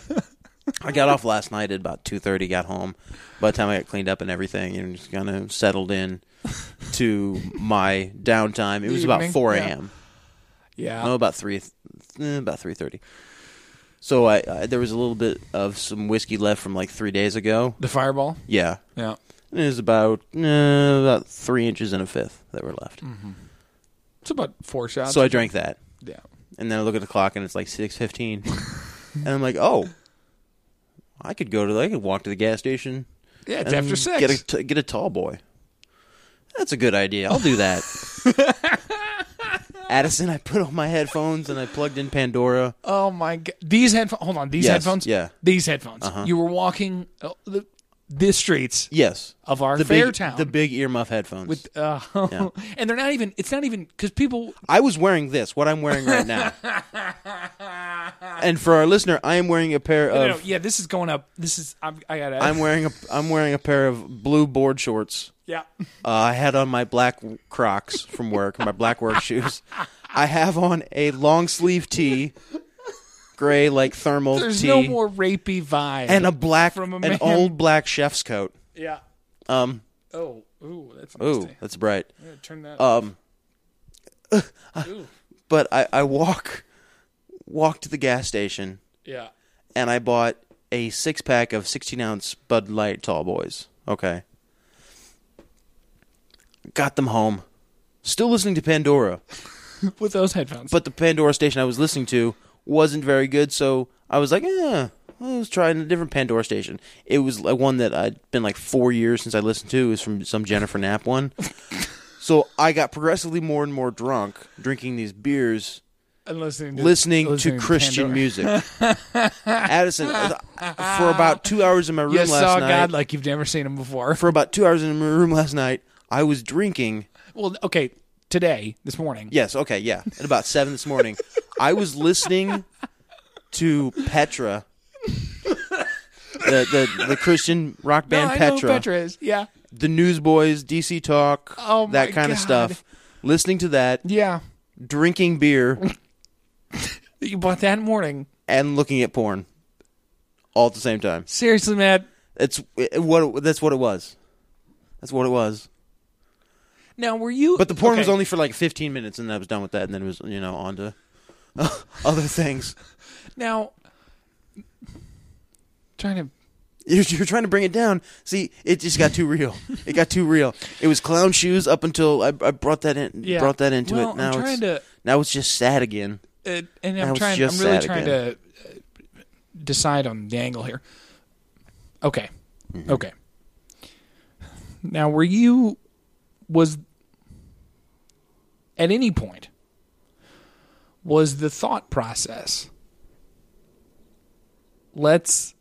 S2: I got off last night at about two thirty. Got home. By the time I got cleaned up and everything, and just kind of settled in to my downtime. It was about
S1: Evening,
S2: four
S1: yeah.
S2: a.m.
S1: yeah,
S2: No, about three, eh, about three thirty. So I, I there was a little bit of some whiskey left from like three days ago.
S1: the fireball.
S2: Yeah,
S1: Yeah,
S2: it was about eh, about three inches and a fifth that were left.
S1: Mm. it's about four shots.
S2: So I drank that,
S1: yeah,
S2: and then I look at the clock and it's like six fifteen, and I'm like, oh, I could go to the, I could walk to the gas station
S1: yeah, it's
S2: and
S1: after six.
S2: Get a t- get a tall boy. That's a good idea. I'll do that. Addison, I put on my headphones and I plugged in Pandora.
S1: Oh my god! These headphones. Hold on. These
S2: Yes,
S1: headphones.
S2: yeah. Uh-huh.
S1: These headphones. You were walking uh, the, the streets
S2: Yes,
S1: of our
S2: the
S1: fair
S2: big,
S1: town.
S2: the big earmuff headphones.
S1: with uh, and they're not even it's not even because people
S2: I was wearing this, what I'm wearing right now. and for our listener, I am wearing a pair
S1: no,
S2: of
S1: no, no, yeah this is going up this is I'm, i gotta
S2: I'm wearing a I'm wearing a pair of blue board shorts.
S1: yeah
S2: Uh, I had on my black Crocs from work, my black work shoes. I have on a long sleeve tee, gray like thermal
S1: there's
S2: tee,
S1: no more rapey vibe
S2: and a black
S1: from a man.
S2: an old black chef's coat.
S1: yeah
S2: Um,
S1: oh ooh that's
S2: ooh,
S1: nasty.
S2: that's bright.
S1: Yeah, turn that
S2: Um,
S1: ooh,
S2: but I, I walk walk to the gas station
S1: yeah
S2: and I bought a six pack of 16 ounce Bud Light Tall Boys. Okay. Got them home. Still listening to Pandora,
S1: with those headphones
S2: but the Pandora station I was listening to wasn't very good, so I was like, eh, I was trying a different Pandora station. It was like one that I'd been like four years since I listened to. It was from some Jennifer Knapp one. so I got progressively more and more drunk, drinking these beers,
S1: And listening
S2: listening, to Christian
S1: Pandora.
S2: music. Addison, I- for about two hours in my room
S1: You
S2: last
S1: saw
S2: night,
S1: God like you've never seen him before.
S2: for about two hours in my room last night, I was drinking.
S1: Well, okay, today, this morning.
S2: Yes, okay, yeah. At about seven this morning, I was listening to Petra, the the, the Christian rock
S1: No,
S2: band
S1: I know who
S2: Petra,
S1: Petra is. Yeah.
S2: the Newsboys, DC Talk,
S1: Oh, my
S2: that kind of
S1: God.
S2: stuff. Listening to that,
S1: Yeah.
S2: drinking beer,
S1: That You bought that morning.
S2: and looking at porn, all at the same time.
S1: Seriously, Matt.
S2: It's it, what that's what it was. That's what it was.
S1: Now, were you.
S2: But the porn
S1: okay.
S2: was only for like 15 minutes, and then I was done with that, and then it was you know on to other things.
S1: Now. Trying to.
S2: You're, you're trying to bring it down. See, it just got too real. It got too real. It was clown shoes up until I, I brought that in.
S1: Yeah.
S2: Brought that into
S1: Well,
S2: it.
S1: I'm
S2: Now it's
S1: trying to-
S2: now it's just sad again.
S1: Uh, and
S2: I
S1: I'm
S2: was
S1: trying. I'm
S2: just
S1: really
S2: sad
S1: trying
S2: again.
S1: to uh, decide on the angle here. Okay,
S2: Mm-hmm.
S1: okay. Now, were you was at any point was the thought process? Let's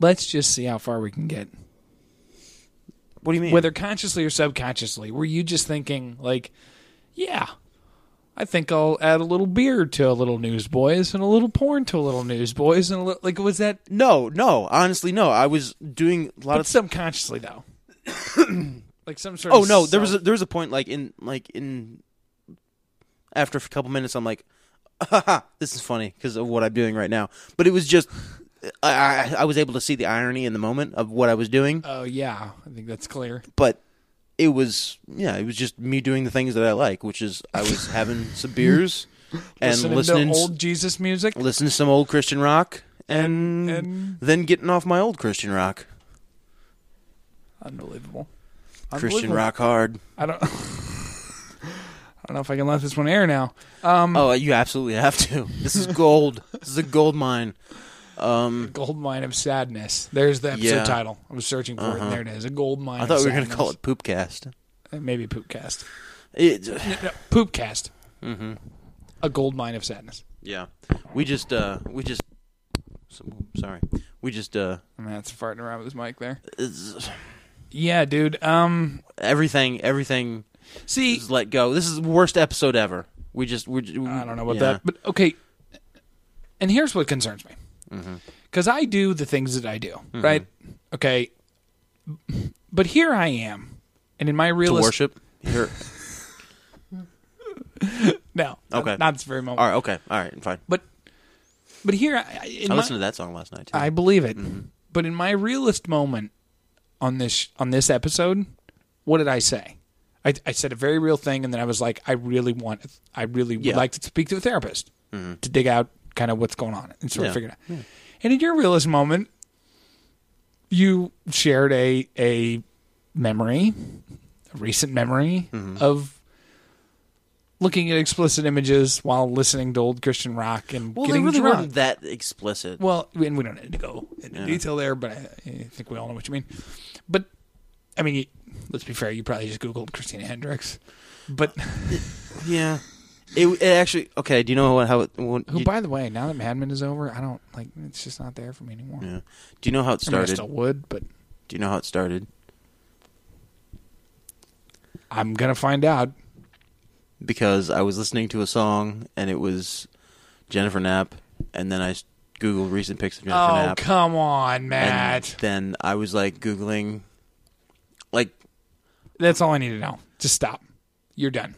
S1: let's just see how far we can get
S2: What do you mean?
S1: whether consciously or subconsciously, were you just thinking like, yeah, I think I'll add a little beer to a little newsboys and a little porn to a little newsboys and a little, like was that
S2: no, no. Honestly, no. I was doing a lot
S1: but
S2: of.
S1: subconsciously though? like some sort
S2: oh
S1: of
S2: no, there was a,
S1: sub-
S2: there was a point like in like in after a couple minutes, I'm like, this is funny because of what I'm doing right now. But it was just I, I I was able to see the irony in the moment of what I was doing.
S1: Oh yeah, I think that's clear.
S2: but it was yeah, it was just me doing the things that I like, which is I was having some beers and
S1: Listening,
S2: listening listening
S1: to
S2: to,
S1: old Jesus music.
S2: listen to some old Christian rock and,
S1: and-
S2: then getting off my old Christian rock.
S1: Unbelievable.
S2: Christian
S1: Unbelievable.
S2: rock hard.
S1: I don't. I don't know if I can let this one air now.
S2: Oh, you absolutely have to. This is gold. this is a gold mine.
S1: Gold mine of sadness. There's the episode
S2: Hmm. Yeah. Uh-huh.
S1: title. I was searching for it, and there it is. A gold mine.
S2: I thought we were going to call it Poopcast.
S1: maybe poopcast.
S2: It,
S1: No, Poopcast. Mm-hmm. A gold mine of sadness.
S2: yeah. We just uh we just so- sorry. We just uh
S1: That's farting around with his mic there. Yeah, dude. Um,
S2: everything everything
S1: see,
S2: is let go. This is the worst episode ever. We just we, we
S1: I don't know about
S2: yeah.
S1: that, but okay. And here's what concerns me,
S2: Mm-hmm.
S1: because I do the things that I do, right? Okay, but here I am, and in my
S2: to
S1: realist
S2: worship. Here.
S1: no,
S2: Okay.
S1: not this very moment,
S2: All right. Okay. All right. Fine.
S1: but but here I- I, in
S2: I
S1: my-
S2: listened to Mm-hmm. that song last night. Too.
S1: I believe it. But in my realist moment on this on this episode, what did I say? I, I said a very real thing, and then I was like, I really want, I really would
S2: Yeah. Mm-hmm.
S1: like to speak to a therapist to dig out kind of what's going on and sort of
S2: Yeah.
S1: figure it out. And in your realist moment, you shared a a memory, a recent memory
S2: Mm-hmm.
S1: of looking at explicit images while listening to old Christian rock and
S2: well, they
S1: getting
S2: really
S1: drunk.
S2: weren't that explicit.
S1: Well, we- and we don't need to go into detail there, but I, I think we all know what you mean. But I mean, you, let's be fair. You probably just googled Christina Hendricks, but
S2: Uh, yeah. It, it actually okay. Do you know what, how it? What,
S1: who,
S2: you-
S1: by the way, now that Mad Men is over, I don't like. It's just not there for me anymore.
S2: yeah. Do you know how it
S1: I, mean, I
S2: started?
S1: still would, but
S2: Do you know how it started?
S1: I'm gonna find out.
S2: Because I was listening to a song and it was Jennifer Knapp, and then I s- googled recent pics of Jennifer
S1: Oh,
S2: Knapp.
S1: come on,
S2: and
S1: Matt.
S2: then I was like googling, like
S1: That's all I need to know. Just stop. You're done.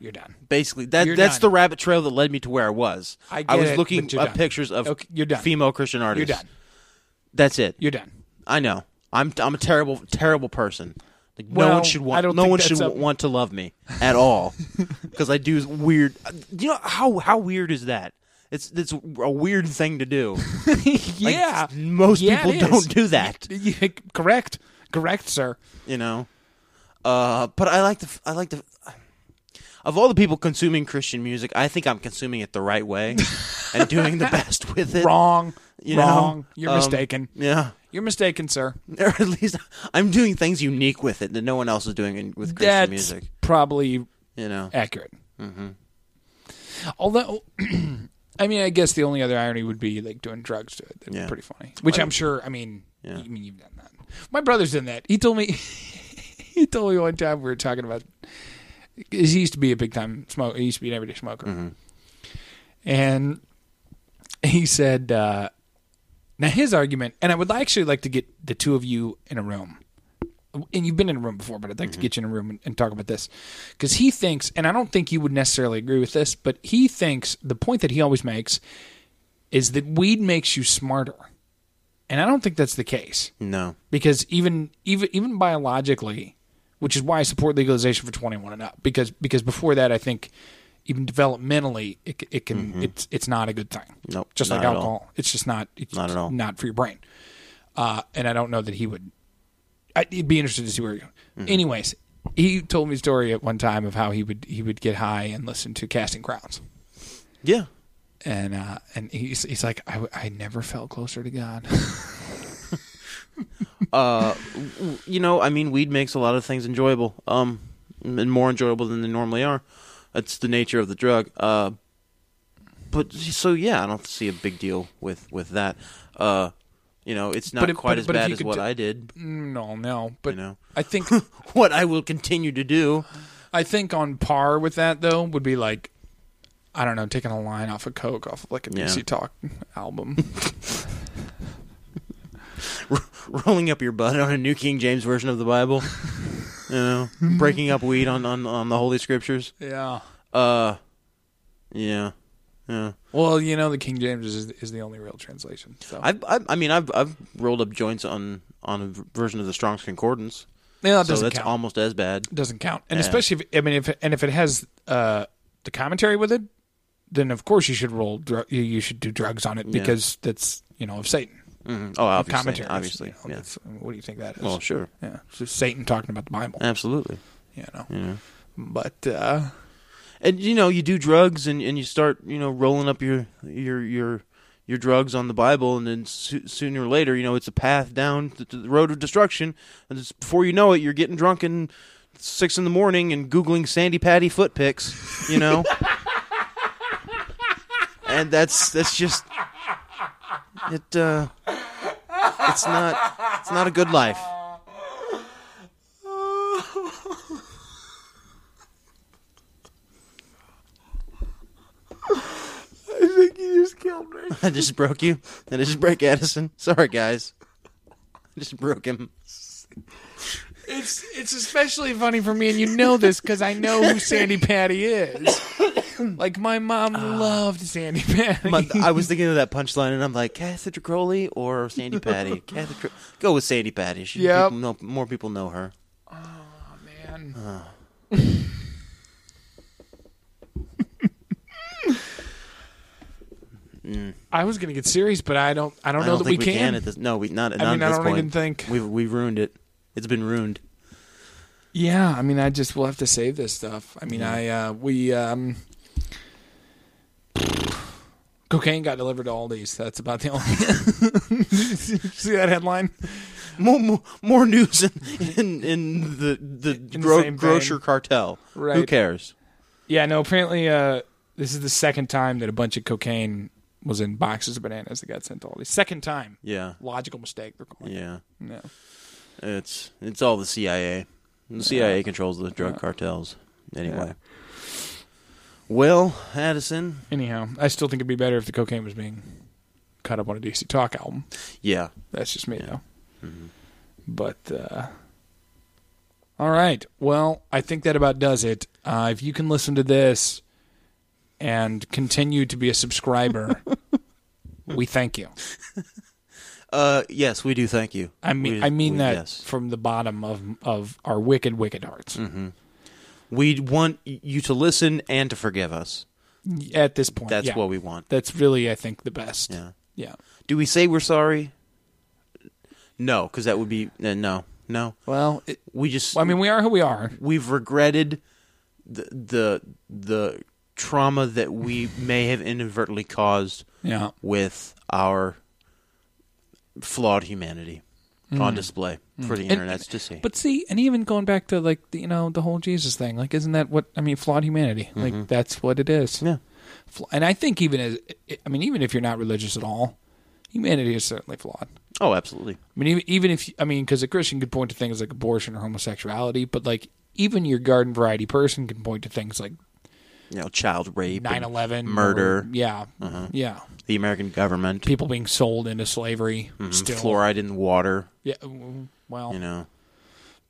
S1: You're done.
S2: basically that
S1: You're
S2: that's
S1: done.
S2: the rabbit trail that led me to where I was.
S1: I get
S2: was
S1: it,
S2: looking
S1: but you're
S2: up
S1: done.
S2: pictures of
S1: Okay, you're done.
S2: female Christian
S1: You're
S2: artists.
S1: done.
S2: That's it.
S1: You're done.
S2: I know. I'm I'm a terrible terrible person. Like, no
S1: Well,
S2: one should want
S1: I don't
S2: no
S1: think
S2: one
S1: that's
S2: should
S1: up-
S2: want to love me at all because I do weird. You know how how weird is that? It's it's a weird thing to do. Like,
S1: yeah.
S2: most
S1: Yeah, it
S2: people
S1: is.
S2: don't do that.
S1: Yeah, correct. Correct, sir.
S2: You know. Uh, but I like the f- I like the. f- of all the people consuming Christian music, I think I'm consuming it the right way and doing the best with it.
S1: Wrong.
S2: you know?
S1: wrong. You're
S2: Um,
S1: mistaken.
S2: Yeah.
S1: You're mistaken, sir.
S2: Or at least I'm doing things unique with it that no one else is doing in, with Christian
S1: That's
S2: music. Mm-hmm.
S1: probably
S2: You know.
S1: accurate. Although, I mean, I guess the only other irony would be like doing drugs to it. That'd
S2: Yeah.
S1: be pretty funny. Which I'm sure. I mean,
S2: Yeah.
S1: I mean, you've done that. My brother's done that. He told me. he told me one time we were talking about. 'cause He used to be a big time smoker. He used to be an everyday smoker,
S2: Mm-hmm.
S1: and he said. uh now his argument, and I would actually like to get the two of you in a room, and you've been in a room before, but I'd like to get you in a room and, and talk about this because he thinks, and I don't think you would necessarily agree with this, but he thinks the point that he always makes is that weed makes you smarter, and I don't think that's the case
S2: No.
S1: because even even even biologically, which is why I support legalization for 21 and up because because before that I think even developmentally it c- it can it's it's not a good thing.
S2: Mm-hmm. Nope,
S1: just like
S2: not at all.
S1: alcohol, it's just not it's
S2: Not at all.
S1: not for your brain. Uh, and I don't know that he would. I'd be interested to see where. You're going.
S2: Mm-hmm.
S1: Anyways, he told me a story at one time of how he would he would get high and listen to Casting Crowns
S2: Yeah.
S1: and uh, and he's he's like I, w- I never felt closer to God.
S2: Uh, w- w- you know, I mean, weed makes a lot of things enjoyable, um, and more enjoyable than they normally are. That's the nature of the drug. Uh, but so yeah, I don't see a big deal with with that. Uh, you know, it's not
S1: But if-
S2: quite
S1: but-
S2: as
S1: but if
S2: bad
S1: you
S2: as
S1: could
S2: what
S1: ju-
S2: I did.
S1: no, no, but
S2: You know.
S1: I think
S2: What I will continue to do.
S1: I think on par with that though would be like I don't know, taking a line off of Coke off of like a
S2: Yeah.
S1: DC Talk album.
S2: rolling up your butt on a New King James version of the Bible. you know, breaking up weed on, on, on the Holy Scriptures.
S1: yeah.
S2: Uh, yeah, yeah.
S1: Well, you know, the King James is is the only real translation. So
S2: I've, I've I mean I've I've rolled up joints on on a v- version of the Strong's Concordance,
S1: yeah, that
S2: so
S1: doesn't
S2: that's
S1: count. Mm.
S2: almost as bad.
S1: doesn't count, and
S2: Yeah.
S1: especially if I mean if and if it has uh, the commentary with it, then of course you should roll dr- you- you should do drugs on it because that's you know of Satan
S2: Mhm. Oh, obviously,
S1: commentary.
S2: obviously,
S1: you know,
S2: yeah.
S1: that's- what do you think that is?
S2: Well, sure,
S1: yeah, it's just Satan talking about the Bible.
S2: absolutely.
S1: you know,
S2: Yeah.
S1: but uh,
S2: And you know, you do drugs and, and you start you know rolling up your your your your drugs on the Bible, and then so- sooner or later, you know, it's a path down to, to the road of destruction. And it's, before you know it, you're getting drunk and six in the morning and googling Sandy Patty foot pics, you know. and that's that's just it. Uh, it's not it's not a good life. I just broke you. And I just broke Addison. Sorry, guys. I just broke him.
S1: It's it's especially funny for me, and you know this because I know who Sandy Patty is. Like my mom
S2: Ah.
S1: loved Sandy Patty.
S2: But I was thinking of that punchline, and I'm like, Cassandra Crowley or Sandy Patty? Cassandra, go with Sandy Patty. She,
S1: Yep.
S2: people know, more people know her.
S1: Man.
S2: Ah.
S1: I was gonna get serious, but I don't. I don't
S2: I
S1: know
S2: don't
S1: that
S2: think
S1: we
S2: we
S1: can.
S2: at this. No, we not.
S1: I
S2: not
S1: mean,
S2: at
S1: I
S2: this
S1: don't
S2: point.
S1: even think-
S2: we've we've ruined it. It's been ruined.
S1: Yeah, I mean, I just will have to save this stuff. I mean, I uh, we um, cocaine got delivered to Aldi's. That's about the only. See that headline?
S2: More more, more news in, in in the the
S1: the
S2: gro-
S1: same
S2: grocer
S1: vein.
S2: cartel. Who
S1: Right.
S2: cares?
S1: Yeah, no. Apparently, uh, this is the second time that a bunch of cocaine was in boxes of bananas that got sent to Aldi's. Second time.
S2: Yeah,
S1: Logical mistake. They're calling it.
S2: yeah.
S1: No.
S2: It's it's all the CIA. The CIA controls the drug cartels. Anyway. Well, Addison.
S1: Anyhow, I still think it'd be better if the cocaine was being cut up on a DC Talk album.
S2: Yeah. Mm-hmm.
S1: That's just me, though. But uh, all right, well, I think that about does it. Uh, if you can listen to this and continue to be a subscriber, we thank you.
S2: Uh yes, we do thank you.
S1: I mean,
S2: We-
S1: I mean
S2: we-
S1: that
S2: Yes. Mm.
S1: from the bottom of of our wicked, wicked hearts.
S2: We want you to listen and to forgive us.
S1: At this point,
S2: That's
S1: yeah.
S2: what we want.
S1: That's really, I think, the best.
S2: Yeah.
S1: yeah.
S2: Do we say we're sorry? No, cuz that would be uh, no. No.
S1: Well,
S2: We just
S1: I mean, we are who we are.
S2: we've regretted the the the trauma that we may have inadvertently caused
S1: Yeah.
S2: with our flawed humanity on display for the internet to see.
S1: Hmm. But see, and even going back to like the, you know the whole Jesus thing, like isn't that what I mean? Flawed humanity, like that's what it is.
S2: Mm-hmm. yeah,
S1: Fl- And I think even as I mean, even if you're not religious at all, humanity is certainly flawed.
S2: oh, absolutely.
S1: I mean, even, even if I mean, because a Christian could point to things like abortion or homosexuality, but like even your garden variety person can point to things like
S2: You know, child rape, and
S1: 9-11
S2: murder, Uh-huh.
S1: or- yeah, yeah,
S2: the American government,
S1: people being sold into slavery, still,
S2: fluoride in the water.
S1: yeah, w- well,
S2: Mm-hmm. You know,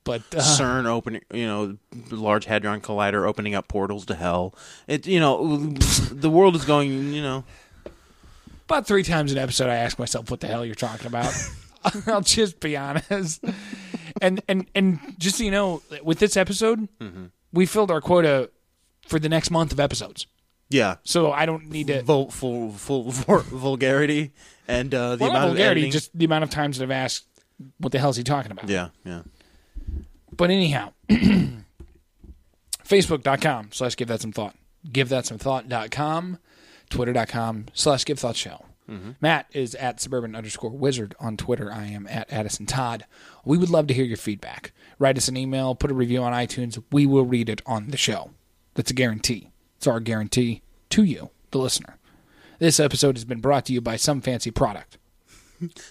S1: but uh,
S2: CERN opening, you know, Large Hadron Collider opening up portals to hell. It, you know, the world is going. You know,
S1: about three times an episode, I ask myself, "What the hell you're talking about?" I'll just be honest, and and and just so you know, with this episode,
S2: Mm-hmm.
S1: we filled our quota for the next month of episodes,
S2: yeah.
S1: so I don't need to.
S2: Vul, full, full, vul- vulgarity and uh, the
S1: Well, not
S2: amount
S1: vulgarity,
S2: of editing.
S1: just the amount of times that I've asked, "What the hell is he talking about?"
S2: yeah, yeah.
S1: But anyhow, Facebook.com slash give that some thought. Give that some thought.com, Twitter.com slash give thought show. Matt is at suburban underscore wizard on Twitter. I am at Addison Todd. We would love to hear your feedback. Write us an email, put a review on iTunes. We will read it on the show. That's a guarantee. It's our guarantee to you, the listener. This episode has been brought to you by Some Fancy Product.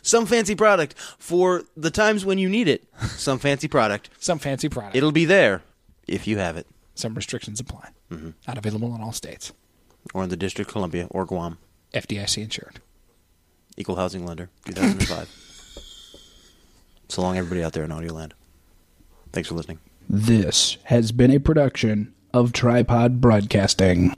S2: Some fancy product for the times when you need it. Some fancy product.
S1: Some Fancy Product.
S2: It'll be there if you have it,
S1: Some restrictions apply. Not available in all states.
S2: or in the District of Columbia or Guam.
S1: FDIC insured.
S2: Equal housing lender, 2005. so long, everybody out there in Audio Land. Thanks for listening.
S3: This has been a production of Tripod Broadcasting.